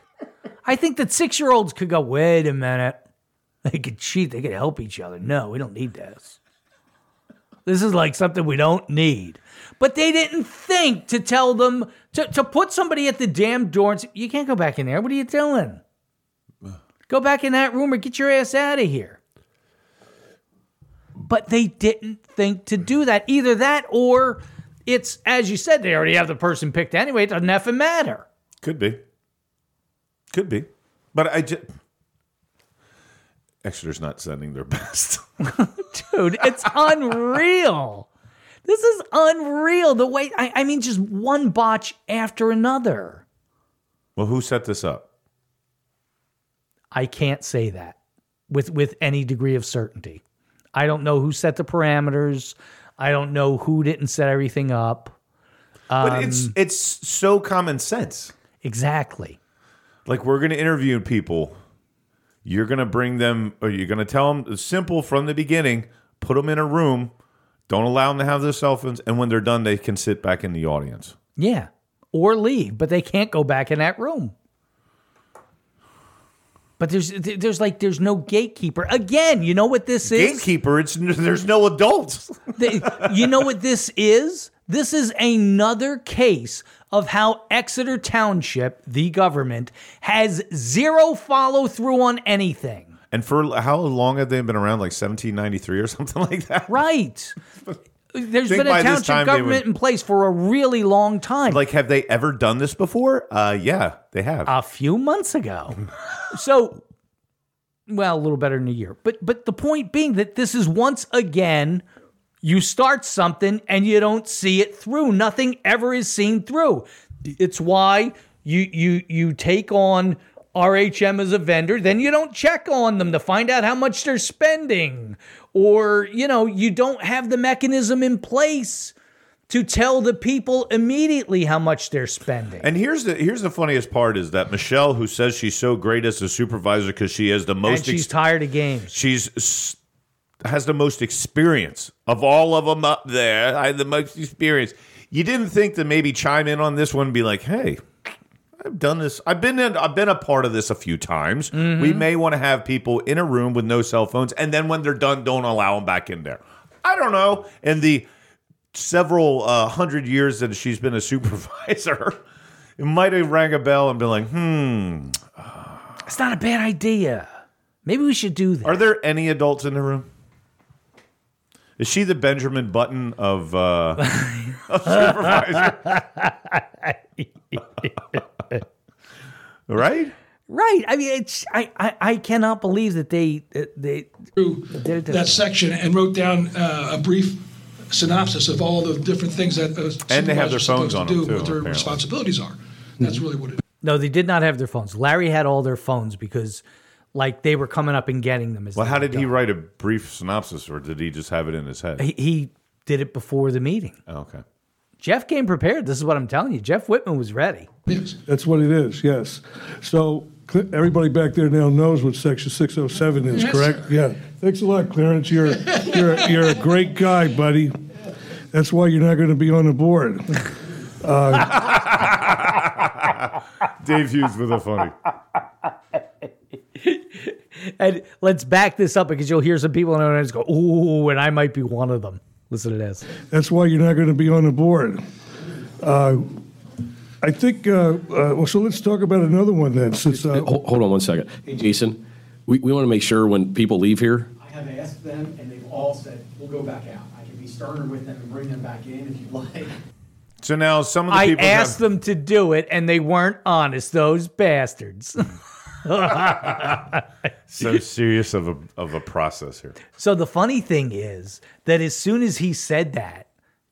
S1: I think that six year olds could go, wait a minute. They could cheat, they could help each other. No, we don't need this. This is like something we don't need. But they didn't think to tell them to, to put somebody at the damn door and say, You can't go back in there. What are you doing? Go back in that room or get your ass out of here. But they didn't think to do that. Either that or it's, as you said, they already have the person picked anyway. It doesn't effing matter.
S2: Could be. Could be. But I just Exeter's not sending their [laughs] best.
S1: dude. It's unreal. This is unreal. The way I, I mean, just one botch after another.
S2: well, who set this up?
S1: I can't say that with with any degree of certainty. I don't know who set the parameters. I don't know who didn't set everything up.
S2: but it's
S1: Um,
S2: it's so common sense.
S1: Exactly.
S2: Like we're going to interview people. You're going to bring them or you're going to tell them it's simple from the beginning, put them in a room, don't allow them to have their cell phones and when they're done they can sit back in the audience.
S1: Yeah. Or leave, but they can't go back in that room. But there's there's like there's no gatekeeper. Again, you know what this is?
S2: Gatekeeper, it's [laughs] there's no adults.
S1: They- you know what this is? This is another case of how Exeter Township, the government, has zero follow through on anything.
S2: And for how long have they been around like 1793 or [laughs] something like that? [laughs]
S1: Right. There's
S2: Think
S1: been a
S2: by this
S1: township
S2: time they would-
S1: government in place for a really long time.
S2: Like have they ever done this before? Uh yeah, they have.
S1: a few months ago. so well, a little better than a year. But but the point being that this is once again you start something and you don't see it through. Nothing ever is seen through. It's why you you you take on RHM as a vendor, then you don't check on them to find out how much they're spending. Or, you know, you don't have the mechanism in place to tell the people immediately how much they're spending.
S2: And here's the here's the funniest part is that Michelle, who says she's so great as a supervisor because she has the most
S1: and she's tired of games.
S2: she's s- has the most experience of all of them up there. I have the most experience. You didn't think to maybe chime in on this one and be like, "Hey, I've done this. I've been in, I've been a part of this a few times. We may want to have people in a room with no cell phones, and then when they're done, don't allow them back in there. I don't know. And the several uh, hundred years that she's been a [laughs] supervisor, it might have rang a bell and been like, "Hmm,
S1: It's not a bad idea. Maybe we should do that.
S2: Are there any adults in the room? Is she the Benjamin Button of, uh, [laughs] of supervisor? [laughs] right?
S1: Right. I mean, it's I, I, I cannot believe that they that they through
S12: that section and wrote down uh, a brief synopsis of all the different things that uh,
S2: And they have their phones
S12: supervisors supposed to
S2: on
S12: do,
S2: them, too,
S12: what their
S2: apparently.
S12: responsibilities are.
S7: Hmm.
S12: That's really what it.
S1: No, they did not have their phones. Larry had all their phones because, like, they were coming up and getting them. As
S2: Well,
S1: they
S2: how
S1: were
S2: did he
S1: done.
S2: write a brief synopsis, or did he just have it in his head?
S1: He, he did it before the meeting.
S2: Oh, okay.
S1: Jeff came prepared. This is what I'm telling you. Jeff Whitman was ready.
S7: That's what it is, yes. So cl- everybody back there now knows what Section 607 is,
S12: Yes,
S7: correct? Yeah. Thanks a lot, Clarence. You're, you're, you're a great guy, buddy. That's why you're not going to be on the board. Uh,
S2: Dave Hughes with a funny.
S1: And let's back this up because you'll hear some people in the audience go, "Ooh," and I might be one of them. Listen to this.
S7: that's why you're not going to be on the board. Uh, I think, uh, uh, well, so let's talk about another one then, since uh,
S4: Hold, hold on one second. Hey, Jason, we, we want to make sure when people leave here,
S13: I have asked them, and they've all said, we'll go back out. I can be sterner with them and bring them back in if you'd like. [laughs]
S2: So now some of the
S1: I
S2: people have-
S1: asked them to do it, and they weren't honest. Those bastards.
S2: So serious of a of a process here.
S1: So the funny thing is that as soon as he said that,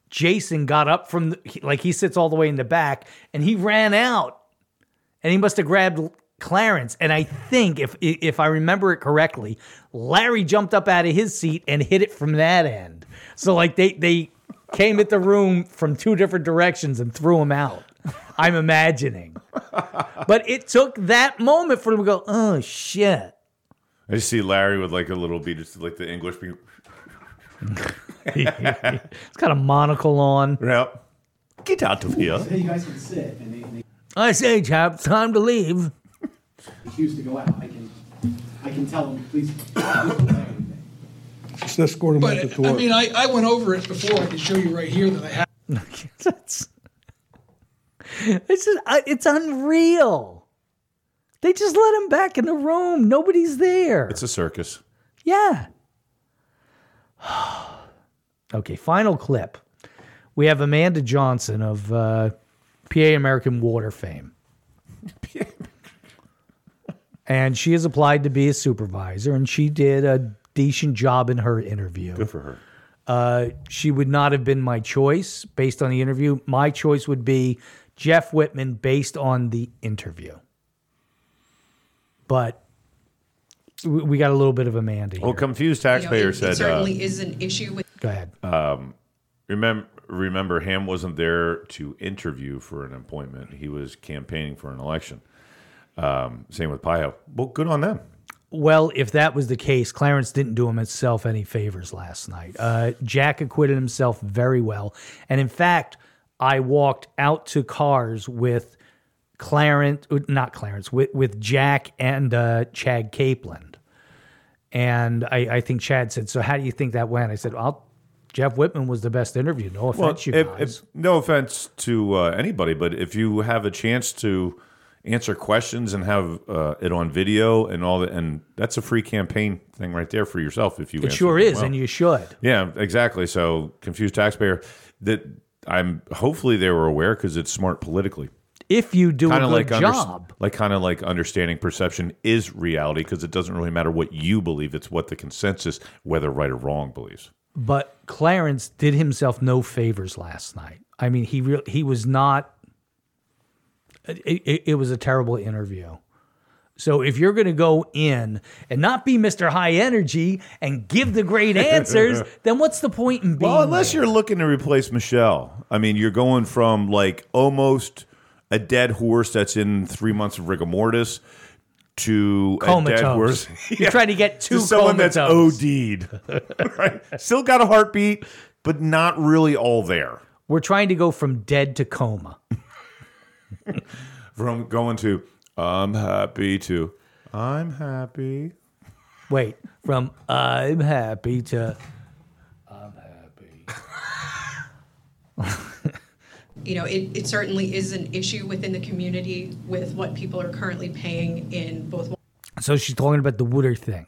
S1: Jason got up from the, he- like he sits all the way in the back and he ran out, and he must have grabbed Clarence. And I think if if I remember it correctly, Larry jumped up out of his seat and hit it from that end. So like they they came at the room from two different directions and threw him out. I'm imagining. But it took that moment for him to go, oh shit.
S2: I just see Larry with like a little beat, just like the English. Beat.
S1: It's got a monocle on.
S2: Yep. Get out of here.
S13: Hey, you guys can sit, and they, and
S1: I say, chap, time to leave.
S13: they choose to go out. I can, I can tell them, please. Well,
S7: let's escort them out the
S12: I
S7: door.
S12: mean, I, I went over it before. I can show you right here that I have.
S1: [laughs] That's it's just, I- it's unreal. They just let him back in the room. Nobody's there.
S2: It's a circus.
S1: Yeah. [sighs] okay, final clip. We have Amanda Johnson of uh, PA American Water fame. and she has applied to be a supervisor, and she did a decent job in her interview. Good
S2: for her.
S1: Uh, she would not have been my choice based on the interview. My choice would be Jeff Whitman based on the interview. But we, we got a little bit of Amanda here.
S2: Well, confused
S14: know,
S2: taxpayer
S14: it-
S2: said.
S14: it
S2: uh,
S14: certainly is an issue with
S1: Go ahead.
S2: Um, remember, remember, Ham wasn't there to interview for an appointment. He was campaigning for an election. Um, same with Pio. Well, good on them.
S1: Well, if that was the case, Clarence didn't do himself any favors last night. Uh, Jack acquitted himself very well. And in fact, I walked out to cars with Clarence, uh, not Clarence, with, with Jack and uh, Chad Capland. And I, I think Chad said, So how do you think that went? I said, Well, Jeff Whitman was the best interview. No offense, you
S2: if-
S1: guys.
S2: if- no offense to uh, anybody, but if you have a chance to answer questions and have uh, it on video and all that, and that's a free campaign thing right there for yourself. If you
S1: it
S2: answer
S1: sure
S2: them
S1: is,
S2: well.
S1: and you should.
S2: Yeah, exactly. So confused taxpayer that I'm hopefully they were aware because it's smart politically.
S1: If you do a
S2: Kinda
S1: good
S2: under-
S1: job.
S2: like kind of like understanding perception is reality because it doesn't really matter what you believe; it's what the consensus, whether right or wrong, believes.
S1: but Clarence did himself no favors last night. I mean, he re- he was not. It, it, it was a terrible interview. So if you're going to go in and not be Mr. High Energy and give
S2: [laughs]
S1: the great answers, then what's the point in being?
S2: Well, unless you're looking to replace Michelle, I mean, you're going from like almost a dead horse that's in three months of rigor mortis to a dead
S1: Comatose.
S2: horse.
S1: [laughs]
S2: [laughs]
S1: You're trying to get
S2: to
S1: too
S2: someone that's
S1: comatose.
S2: OD'd. [laughs] right? Still got a heartbeat, but not really all there.
S1: We're trying to go from dead to coma.
S2: From going to I'm happy to I'm happy.
S1: Wait, from I'm happy to
S14: you know, it, it certainly is an issue within the community with what people are currently paying in both
S1: So she's talking about the Wooder thing.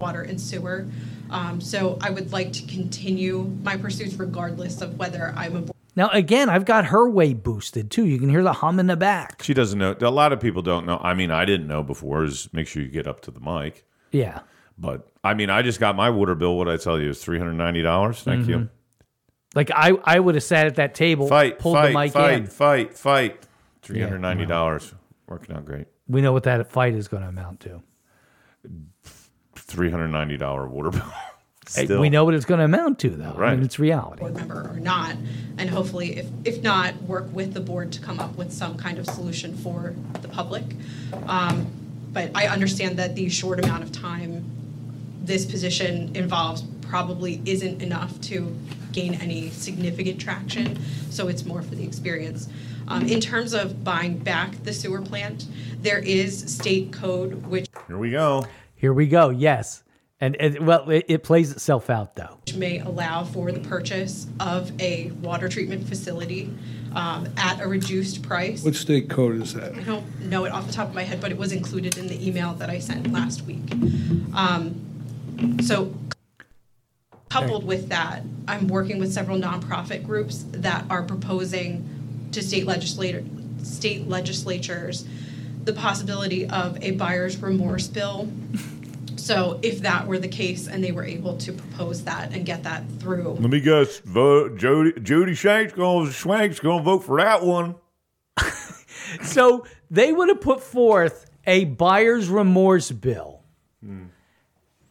S14: water and sewer. Um, so I would like to continue my pursuits regardless of whether I'm a
S1: Now again, I've got her way boosted too. You can hear the hum in the back.
S2: She doesn't know. A lot of people don't know. I mean, I didn't know before. Is make sure you get up to the mic.
S1: Yeah.
S2: But I mean, I just got my water bill. What I tell you is three hundred ninety dollars. Thank you.
S1: Mhm. Like I, I would have sat at that table,
S2: Fight,
S1: pulled
S2: fight,
S1: the mic
S2: fight,
S1: in.
S2: fight, fight. Three hundred ninety dollars. Working out great.
S1: We know what that fight is going to amount to.
S2: Three hundred ninety dollar water bill. [laughs]
S1: Hey,
S2: Still.
S1: We know what it's going to amount to, though. I
S2: Right.
S1: mean, it's reality.
S14: board member or not. And hopefully, if, if not, work with the board to come up with some kind of solution for the public. Um, But I understand that the short amount of time this position involves probably isn't enough to gain any significant traction, so it's more for the experience. Um, In terms of buying back the sewer plant, there is state code which
S2: Here we go.
S1: Here we go. Yes, and, and well, it, it plays itself out though.
S14: which may allow for the purchase of a water treatment facility um, at a reduced price.
S12: What state code is that?
S14: I don't know it off the top of my head, but it was included in the email that I sent last week. Um, so, coupled with that, I'm working with several nonprofit groups that are proposing to state legislator, state legislatures, the possibility of a buyer's remorse bill. So, if that were the case, and they were able to propose that and get that through,
S2: Let me guess. Vote Jody Judy Shank's going to Swank's going to vote for that one.
S1: So they would have put forth a buyer's remorse bill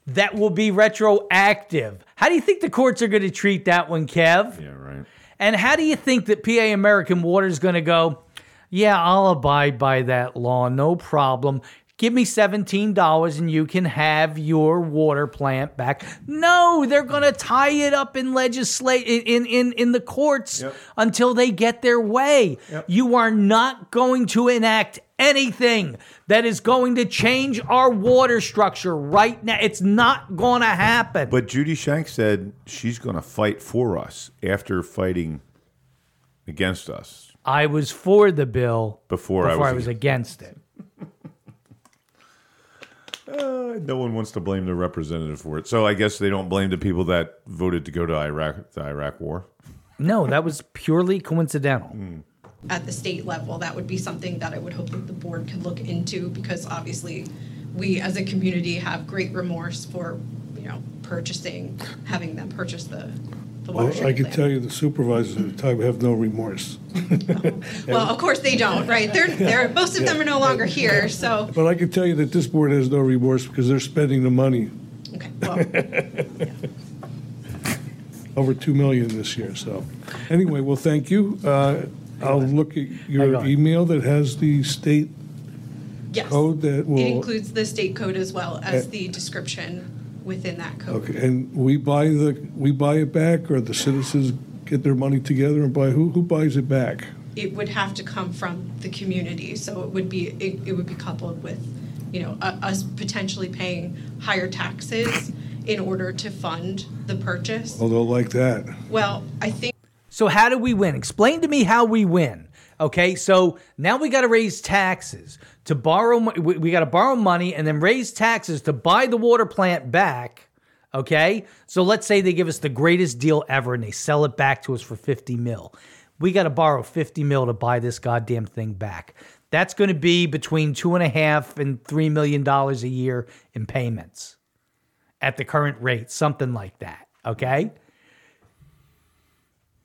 S1: that will be retroactive. How do you think the courts are going to treat that one, Kev? Yeah,
S2: right.
S1: And how do you think that PA American Water is going to go? Yeah, I'll abide by that law, no problem. Give me $17 and you can have your water plant back. No, they're going to tie it up in legislate in in in the courts until they get their way. You are not going to enact anything that is going to change our water structure right now. It's not going to happen.
S2: But Judy Shank said she's going to fight for us after fighting against us.
S1: I was for the bill
S2: Before I was
S1: against it.
S2: Uh, no one wants to blame the representative for it. So I guess they don't blame the people that voted to go to Iraq, the Iraq War.
S1: No, that was purely coincidental.
S14: at the state level, that would be something that I would hope that the board could look into because obviously we as a community have great remorse for, you know, purchasing, having them purchase the, the water
S12: Well, I
S14: treatment
S12: can
S14: plant.
S12: tell you the supervisors at the time have no remorse.
S14: Well, of course they don't, right?
S12: [laughs]
S14: They're, they're, most of them are no longer here, so,
S12: But I can tell you that this board has no remorse because they're spending the money.
S14: okay,
S12: [laughs]
S14: well,
S12: Over two million this year, so. Anyway, well, thank you. Uh, I'll look at your email that has the state
S14: yes.
S12: code that will.
S14: It includes the state code as well
S12: Uh,
S14: as the description within that code.
S12: Okay, and we buy the, we buy it back, or the citizens get their money together and buy, who, who buys it back?
S14: It would have to come from the community, so it would be, it, it would be coupled with, you know, u- us potentially paying higher taxes in order to fund the
S7: Oh.
S14: purchase.
S12: Although like that.
S14: Well, I think
S1: So how do we win? Explain to me how we win. Okay, so now we got to raise taxes to borrow. mo- We, we got to borrow money and then raise taxes to buy the water plant back. Okay, so let's say they give us the greatest deal ever and they sell it back to us for fifty mil. We got to borrow fifty mil to buy this goddamn thing back. That's going to be between two and a half and three million dollars a year in payments at the current rate, something like that. Okay.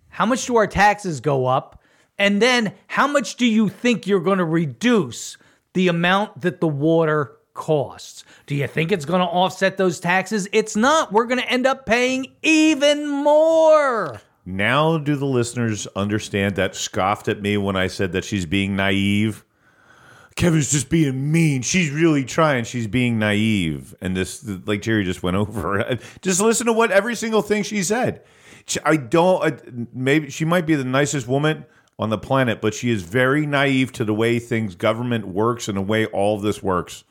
S1: How much do our taxes go up? And then how much do you think you're going to reduce the amount that the water costs. Do you think it's going to offset those taxes? It's not. We're going to end up paying even more.
S2: Now, do the listeners understand that scoffed at me when I said that she's being naive? Kevin's just being mean. She's really trying. She's being naive. And this, like Jerry just went [laughs] over. Just listen to what every single thing she said. She- I don't, I- maybe she might be the nicest woman on the planet, but she is very naive to the way things, government works and the way all of this works.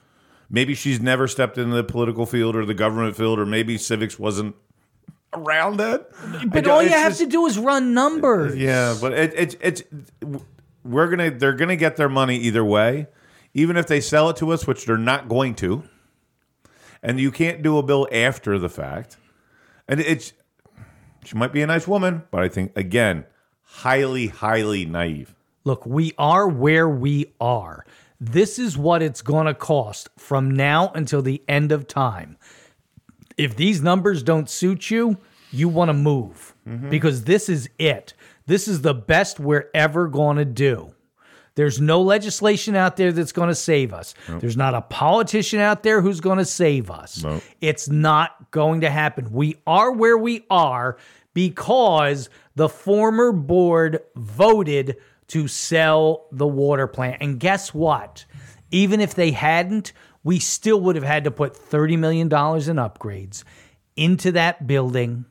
S2: Maybe she's never stepped into the political field or the government field, or maybe civics wasn't around it.
S1: But
S2: I-
S1: all you
S2: it's
S1: have
S2: just-
S1: to do is run numbers.
S2: yeah, but it, it's it's we're gonna they're gonna get their money either way, even if they sell it to us, which they're not going to. And you can't do a bill after the fact. And it's she might be a nice woman, but I think again, highly, highly naive.
S1: Look, we are where we are. This is what it's going to cost from now until the end of time. If these numbers don't suit you, you want to move
S11: Mhm.
S1: because this is it. This is the best we're ever going to do. There's no legislation out there that's going to save us.
S11: Nope.
S1: There's not a politician out there who's going to save us.
S11: Nope.
S1: It's not going to happen. We are where we are because the former board voted to sell the water plant. And guess what? Even if they hadn't, we still would have had to put $30 million in upgrades into that building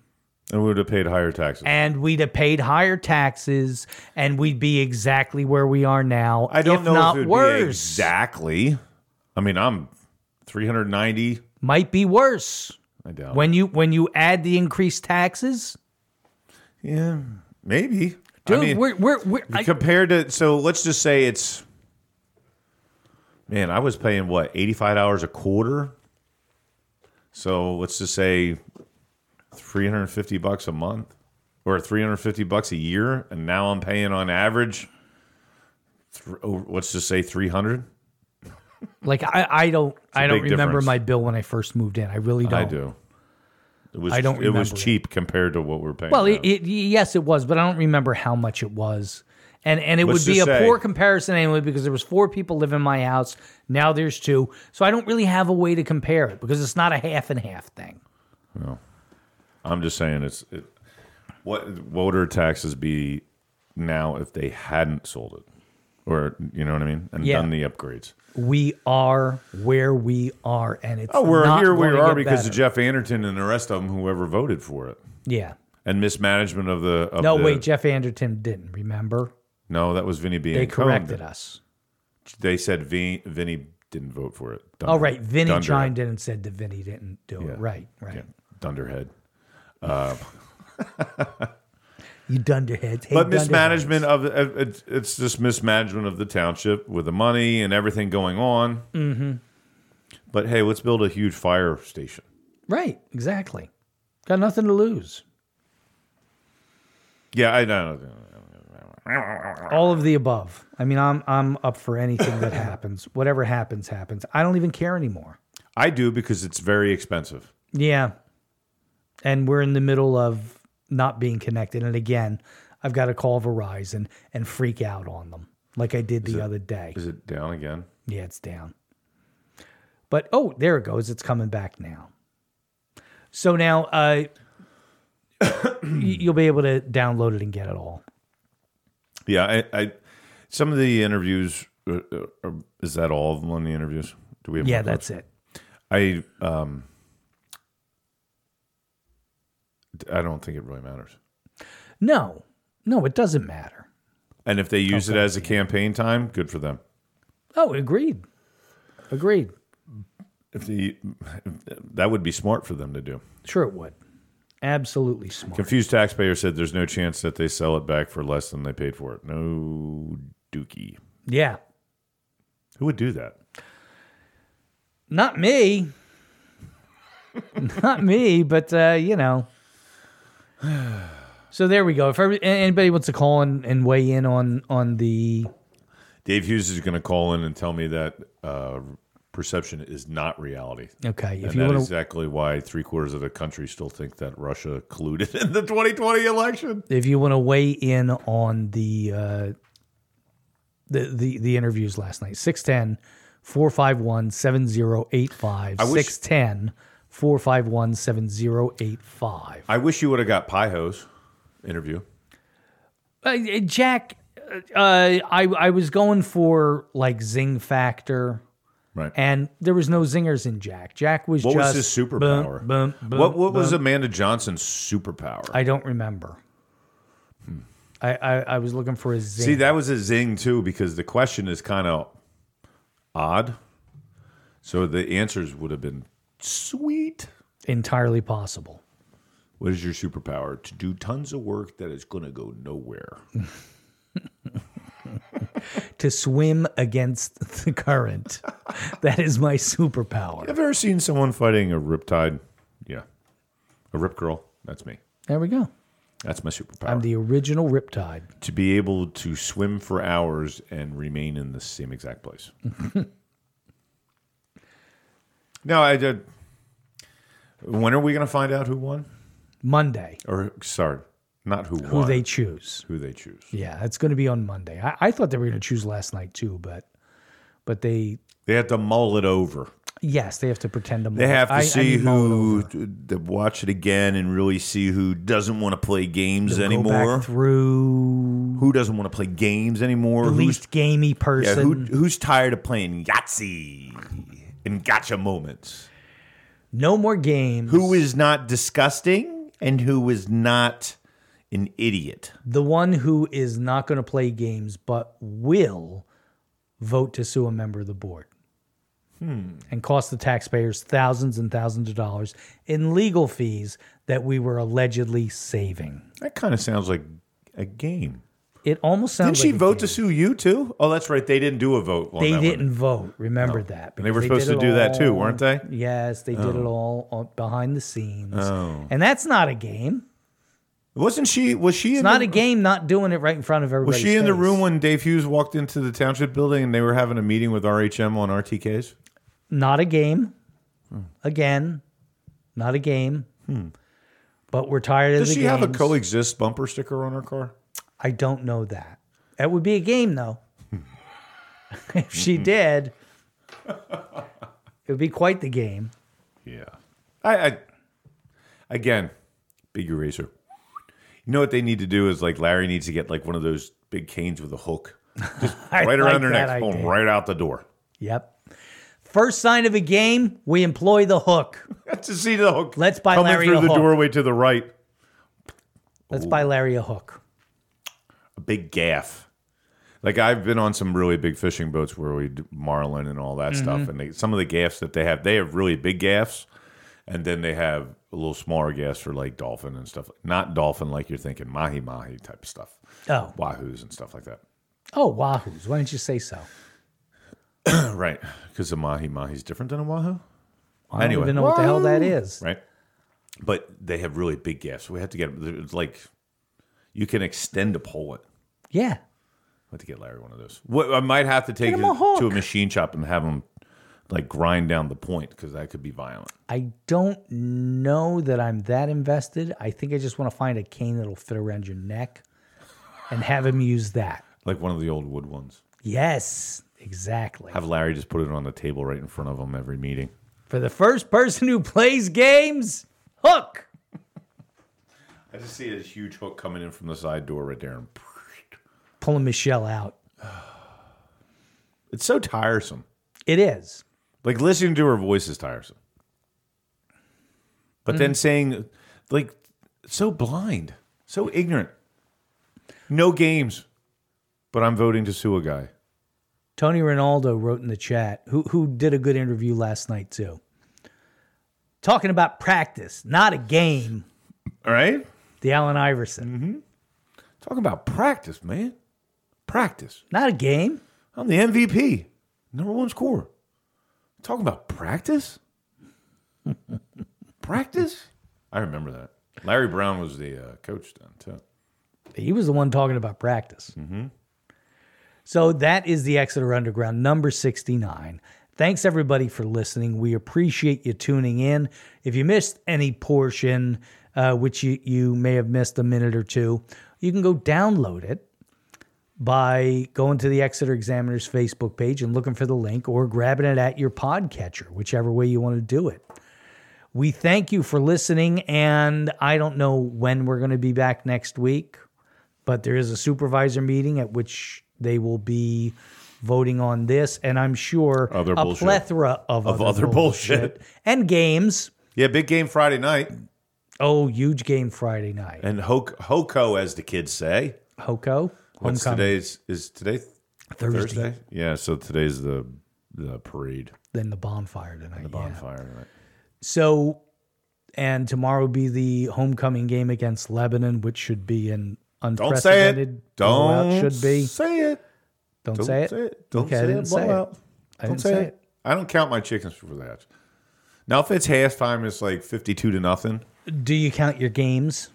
S2: And we would have paid higher taxes.
S1: and we'd have paid higher taxes and we'd be exactly where we are now.
S2: I don't
S1: if
S2: know if
S1: not
S2: it would be
S1: worse.
S2: exactly. I mean, I'm 390.
S1: Might be worse.
S2: I doubt.
S1: When you when you add the increased taxes,
S2: yeah, maybe.
S1: Dude,
S2: I mean,
S1: we're we're, we're I-
S2: compared to so let's just say it's man i was paying what 85 hours a quarter so let's just say 350 bucks a month or 350 bucks a year and now i'm paying on average th- oh, let's just say 300
S1: like I, I don't
S2: a
S1: I don't
S2: big
S1: remember
S2: difference.
S1: my bill when I first moved in. I really don't.
S2: i do it was
S1: I don't
S2: it was
S1: remember it.
S2: cheap compared to what we're paying
S1: Well,
S2: now.
S1: it, it, yes, it was, but I don't remember how much it was. And and it
S2: Let's
S1: would be a
S2: just say-
S1: poor comparison anyway because there was four people live in my house. Now there's two, so I don't really have a way to compare it because it's not a half and half thing.
S2: No, I'm just saying it's it, what what would our taxes be now if they hadn't sold it, or you know what I mean, and
S1: Yeah.
S2: done the upgrades.
S1: We are where we are, and it's
S2: Oh, we're
S1: not
S2: here we
S1: gonna
S2: are
S1: get
S2: because
S1: better.
S2: of Jeff Anderton and the rest of them, whoever voted for it.
S1: Yeah.
S2: and mismanagement of the. Of
S1: no
S2: the-
S1: wait, Jeff Anderton didn't remember.
S2: no, that was Vinny being.
S1: They corrected us.
S2: They said Vin, Vinny didn't vote for it.
S1: All Oh, right, Vinny
S2: Dunderhead.
S1: chimed in and said that Vinny didn't do
S2: Yeah.
S1: it. Right, right.
S2: Yeah. Dunderhead. Uh,
S1: You dunderheads. Hey,
S2: but
S1: dunderheads.
S2: mismanagement of of- it's, it's just mismanagement of the township with the money and everything going on.
S1: Mhm.
S2: But hey, let's build a huge fire station.
S1: Right, exactly. Got nothing to lose.
S2: Yeah, I know.
S1: All of the above. I mean, I'm I'm up for anything that [laughs] happens. Whatever happens, happens. I don't even care anymore.
S2: I do because it's very expensive.
S1: Yeah. And we're in the middle of not being connected. And again, I've got to call Verizon and freak out on them like I did the other day.
S2: Is it down again?
S1: Yeah, it's down. But oh, there it goes. It's coming back now. So now uh, [coughs] y- you'll be able to download it and get it all.
S2: Yeah, I, I some of the interviews uh, uh, is that all of them on the interviews? Do we have more
S1: Yeah, that's
S2: clips? I um I don't think it really matters.
S1: No, no, it doesn't matter.
S2: And if they use it as a campaign time, good for them.
S1: Oh, agreed. Agreed.
S2: If the that would be smart for them to do.
S1: Sure, it would. Absolutely smart.
S2: Confused taxpayer said there's no chance that they sell it back for less than they paid for it. No dookie.
S1: Yeah.
S2: Who would do that?
S1: Not me. Not me, but uh, you know. [sighs] So there we go. If every, anybody wants to call and, and weigh in on on the
S2: Dave Hughes is going to call in and tell me that uh, perception is not reality.
S1: Okay, if
S2: and
S1: you
S2: that's
S1: wanna-
S2: exactly why three quarters of the country still think that Russia colluded in the 2020 election.
S1: if you want to weigh in on the uh, the the the interviews last night, 610 451 7085
S2: I wish-
S1: 610 451 7085.
S2: I wish you would have got Pie Hose interview.
S1: Uh, Jack, uh, I I was going for like zing factor,
S2: right?
S1: And there was no zingers in Jack. Jack was
S2: What was
S1: just
S2: his
S1: boom,
S2: superpower?
S1: boom, boom,
S2: what what was
S1: boom.
S2: Amanda Johnson's superpower?
S1: I don't remember. I, I I was looking for a zing.
S2: See, that was a zing too because the question is kind of odd. So the answers would have been sweet.
S1: entirely possible.
S2: What is your superpower? To do tons of work that is going to go nowhere.
S1: Hmm. To swim against [laughs] the current, that is my superpower.
S2: Have you ever seen someone fighting a riptide? Yeah. A rip girl. That's me.
S1: There we go.
S2: That's my superpower.
S1: I'm the original Riptide.
S2: to be able to swim for hours and remain in the same exact
S1: [laughs]
S2: place. no, I did. When are we going to find out who won?
S1: Monday.
S2: Or sorry, not who
S1: Who
S2: won.
S1: they choose.
S2: Who they choose.
S1: Yeah, it's going to be on Monday. I, I thought they were going to choose last night too, but but they
S2: They have to mull it over.
S1: yes they have to pretend them.
S2: They have to
S1: I- I
S2: see
S1: need my-
S2: who to watch it again and really see who doesn't want to play games
S1: They'll go back
S2: anymore.
S1: through
S2: who doesn't want to play games anymore.
S1: the
S2: who's-
S1: least gamey person.
S2: Yeah, who, who's tired of playing Yahtzee and gotcha moments?
S1: No more games.
S2: Who is not disgusting and who is not an idiot?
S1: the one who is not going to play games but will vote to sue a member of the board
S2: Hmm.
S1: and cost the taxpayers thousands and thousands of dollars in legal fees that we were allegedly saving.
S2: That kind of sounds like a game.
S1: It almost sounds
S2: Didn't she
S1: like a
S2: vote to sue you too? Oh, that's right. They didn't do a vote. on
S1: they
S2: that one.
S1: didn't vote. Remember that.
S2: And they were
S1: because
S2: supposed
S1: did
S2: to
S1: it
S2: do that too,
S1: all-
S2: weren't they?
S1: Yes, they did
S2: Oh.
S1: it all on, behind the scenes.
S2: Oh.
S1: And that's not a game.
S2: Wasn't she? Was she?
S1: It's
S2: in
S1: not
S2: the,
S1: a game. Not doing it right in front of everybody.
S2: Was she in the room when Dave Hughes walked into the township building and they were having a meeting with RHM on RTKs?
S1: Not a game. Again, not a game.
S2: Hmm.
S1: But we're tired of
S2: Does
S1: the
S2: she have a
S1: games.
S2: coexist bumper sticker on her car?
S1: I don't know that. That would be a game though.
S2: Hmm.
S1: [laughs] if she did, it would be quite the game.
S2: Yeah. I, I again, big eraser. You know what they need to do is like Larry needs to get like one of those big canes with a hook, just [laughs]
S1: I
S2: right around
S1: like
S2: their
S1: that
S2: neck, boom,
S1: idea.
S2: right out the door. [laughs]
S1: Yep. First sign of a game, we employ the hook.
S2: Let's see the hook.
S1: Let's buy
S2: Coming
S1: Larry
S2: through
S1: a
S2: the
S1: hook.
S2: doorway to the right,
S1: Let's buy Larry a hook.
S2: a big gaff. Like I've been on some really big fishing boats where we do marlin and all that stuff,
S1: Mhm.
S2: and they, some of the gaffs that they have, they have really big gaffs, and then they have a little smaller gaffs for like dolphin and stuff. Not dolphin like you're thinking, mahi mahi type of stuff.
S1: Oh.
S2: wahoos and stuff like that. [clears throat]
S1: Oh, Wahoos. Why didn't you say so?
S2: right, because a mahi mahi is different than a wahoo.
S1: I don't even know what the hell that is.
S2: Right, but they have really big gaffs. We have to get it's like you can extend a pole. It.
S1: Yeah.
S2: I have to get Larry one of those. What, I might have to take it
S1: him a hook.
S2: to a machine shop and have him like grind down the point because that could be violent.
S1: I don't know that I'm that invested. I think I just want to find a cane that'll fit around your neck and have him use that.
S2: Like one of the old wood ones.
S1: Yes, exactly.
S2: Have Larry just put it on the table right in front of him every meeting.
S1: For the first person who plays games, hook.
S2: I just see a huge hook coming in from the side door right there.
S1: Pulling Michelle out.
S2: It's so tiresome.
S1: It is.
S2: Like listening to her voice is tiresome. But
S1: Mm-hmm.
S2: then saying, like, so blind, so ignorant. No games, but I'm voting to sue a guy.
S1: Tony Ronaldo wrote in the chat, who who did a good interview last night too. Talking about practice, not a game.
S2: All right.
S1: The Allen Iverson.
S2: Talk about practice, man. Practice.
S1: Not a game.
S2: I'm the MVP, number one scorer. Talking about practice? [laughs] practice? I remember that. Larry Brown was the uh, coach then, too.
S1: He was the one talking about practice. So that is the Exeter Underground number 69. Thanks everybody for listening. We appreciate you tuning in. If you missed any portion, uh, which you, you may have missed a minute or two, you can go download it by going to the Exeter Examiner's Facebook page and looking for the link or grabbing it at your podcatcher, whichever way you want to do it. We thank you for listening, and I don't know when we're going to be back next week, but there is a supervisor meeting at which they will be voting on this, and I'm sure
S2: Other
S1: a
S2: bullshit.
S1: plethora of,
S2: Of other bullshit.
S1: and games.
S2: Yeah, big game Friday night.
S1: Oh, huge game Friday night.
S2: And ho- Hoko, as the kids say.
S1: Hoko?
S2: What's
S1: Homecoming.
S2: today's? Is today
S1: Thursday.
S2: Yeah, so today's the the parade,
S1: Then the bonfire tonight.
S2: the bonfire. Right?
S1: So, and tomorrow will be the homecoming game against Lebanon, which should be an
S2: Don't say
S1: unprecedented
S2: it. Don't
S1: blowout, Should be.
S2: say it.
S1: Don't, say it.
S2: Don't
S1: okay,
S2: say
S1: I didn't
S2: it.
S1: say it.
S2: Blowout.
S1: I
S2: Don't
S1: didn't
S2: say
S1: say
S2: it. I don't count my chickens for that. Now, if it's halftime, it's like fifty-two to nothing.
S1: it. Do you count your games?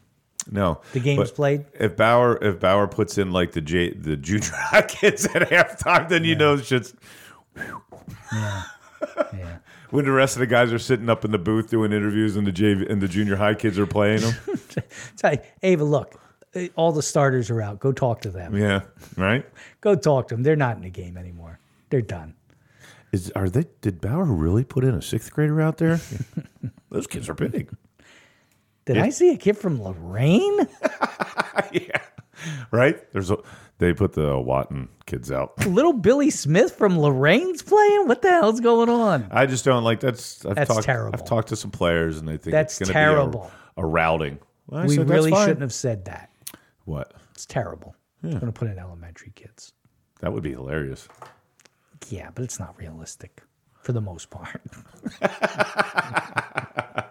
S2: No,
S1: The games
S2: But
S1: played?
S2: If Bauer if Bauer puts in like the J, the junior [laughs] high kids at halftime, then you know it's just. [laughs] When the rest of the guys are sitting up in the booth doing interviews, and the J and the junior high kids are playing [laughs] them,
S1: It's like, Ava, look, eh, all the starters are out. Go talk to them.
S2: yeah, right.
S1: Go talk to them. They're not in the game anymore. They're done.
S2: Is are they? Did Bauer really put in a sixth grader out there? [laughs] Those kids are big,
S1: Did
S2: Yeah.
S1: I see a kid from Lorraine?
S2: right? There's a, they put the Watton kids out.
S1: Little Billy Smith from Lorraine's playing? What the hell's going on?
S2: I just don't like that's. I've
S1: That's
S2: talked,
S1: terrible.
S2: I've talked to some players, and they think
S1: That's
S2: it's gonna
S1: terrible.
S2: Be a, a routing. Well, I
S1: we
S2: said, "That's
S1: really
S2: fine."
S1: shouldn't have said that.
S2: What?
S1: It's terrible.
S2: Yeah.
S1: I'm going to put in elementary kids.
S2: That would be hilarious.
S1: Yeah, but it's not realistic for the most part. [laughs]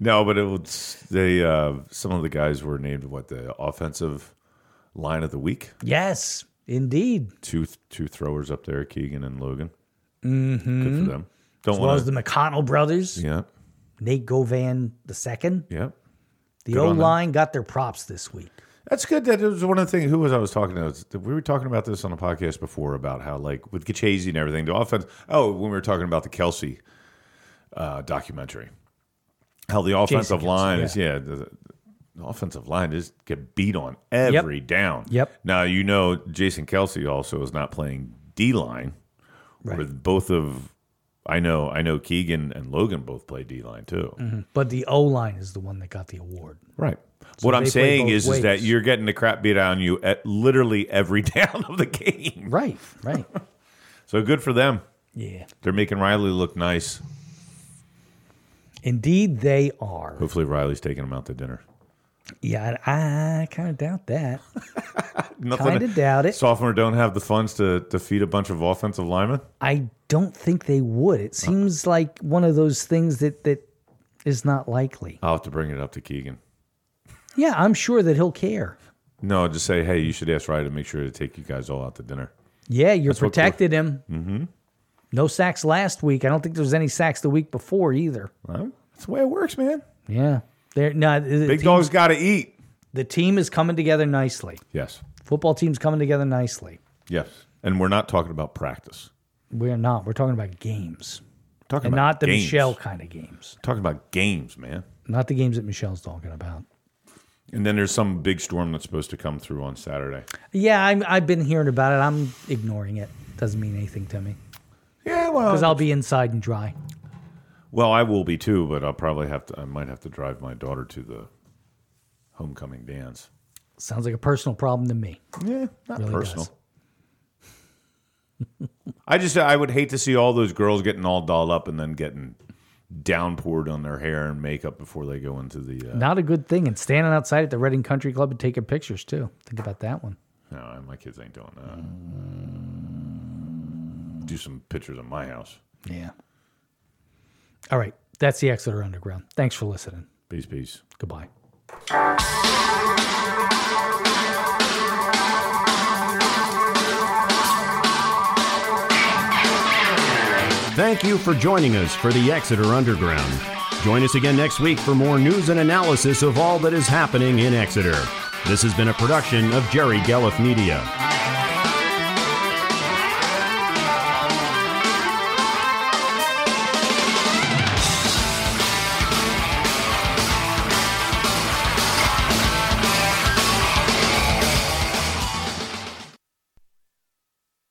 S2: No, but it was they. Uh, some of the guys were named what the offensive line of the week.
S1: yes, indeed.
S2: Two two throwers up there, Keegan and Logan.
S1: Mm-hmm.
S2: Good for them. Don't
S1: as well
S2: want
S1: as the McConnell brothers,
S2: Yeah,
S1: Nate Govan the second.
S2: yeah.
S1: The
S2: Good
S1: O
S2: on them.
S1: line got their props this week.
S2: That's good. That was one of the things. Who was I was talking to? It's- We were talking about this on a podcast before about how, like, with Gachese and everything, the offense. Oh, when we were talking about the Kelsey uh, documentary, how the offensive
S1: Kelsey,
S2: line is, yeah, the, the offensive line is get beat on every down.
S1: Yep.
S2: Now you know Jason Kelsey also is not playing D line.
S1: Right.
S2: With both of, I know, I know Keegan and Logan both play D line too.
S1: But the O line is the one that got the award.
S2: Right.
S1: So
S2: what I'm
S1: they play
S2: saying
S1: both
S2: is, is that
S1: ways.
S2: you're getting the crap beat on you at literally every [laughs] down of the game.
S1: Right, right.
S2: So good for them.
S1: [laughs] Yeah.
S2: They're making Riley look nice.
S1: Indeed, they are.
S2: Hopefully, Riley's taking them out to dinner.
S1: Yeah, I, I kind of doubt that.
S2: Nothing.
S1: Kinda doubt it.
S2: Sophomore don't have the funds to, to feed a bunch of offensive linemen.
S1: I don't think they would. It seems like one of those things that that is not likely.
S2: I'll have to bring it up to Keegan.
S1: Yeah, I'm sure that he'll care.
S2: No, just say, hey, you should ask Riley to make sure to take you guys all out to dinner.
S1: Yeah, you're
S2: what we're-
S1: protected him.
S2: Mm-hmm.
S1: No sacks last week. I don't think there was any sacks the week before either.
S2: Well, that's the way it works, man.
S1: Yeah, they're no the
S2: Big
S1: team-
S2: dog's got to eat.
S1: The team is coming together nicely.
S2: Yes.
S1: Football team's coming together nicely.
S2: Yes. And we're not talking about practice.
S1: We're not. We're talking about games.
S2: Talking
S1: and
S2: about
S1: not the
S2: games.
S1: Michelle kind of games.
S2: Talking about games, man.
S1: Not the games that Michelle's talking about.
S2: And then there's some big storm that's supposed to come through on Saturday.
S1: Yeah, I'm, I've been hearing about it. I'm ignoring it. Doesn't mean anything to me.
S2: Yeah, well,
S1: because I'll be inside and dry.
S2: Well, I will be too, but I'll probably have to. I might have to drive my daughter to the homecoming dance.
S1: Sounds like a personal problem to me.
S2: Yeah, not
S1: Really
S2: personal.
S1: does.
S2: [laughs] I just I would hate to see all those girls getting all dolled up and then getting downpoured on their hair and makeup before they go into the. Uh,
S1: Not a good thing. And standing outside at the Reading Country Club and taking pictures too. Think about that one.
S2: no, my kids ain't doing that. Do some pictures of my house.
S1: Yeah. All right. That's the Exeter Underground. Thanks for listening.
S2: Peace, peace.
S1: Goodbye.
S3: Thank you for joining us for the Exeter Underground. Join us again next week for more news and analysis of all that is happening in Exeter. This has been a production of Jerry Gelliff Media.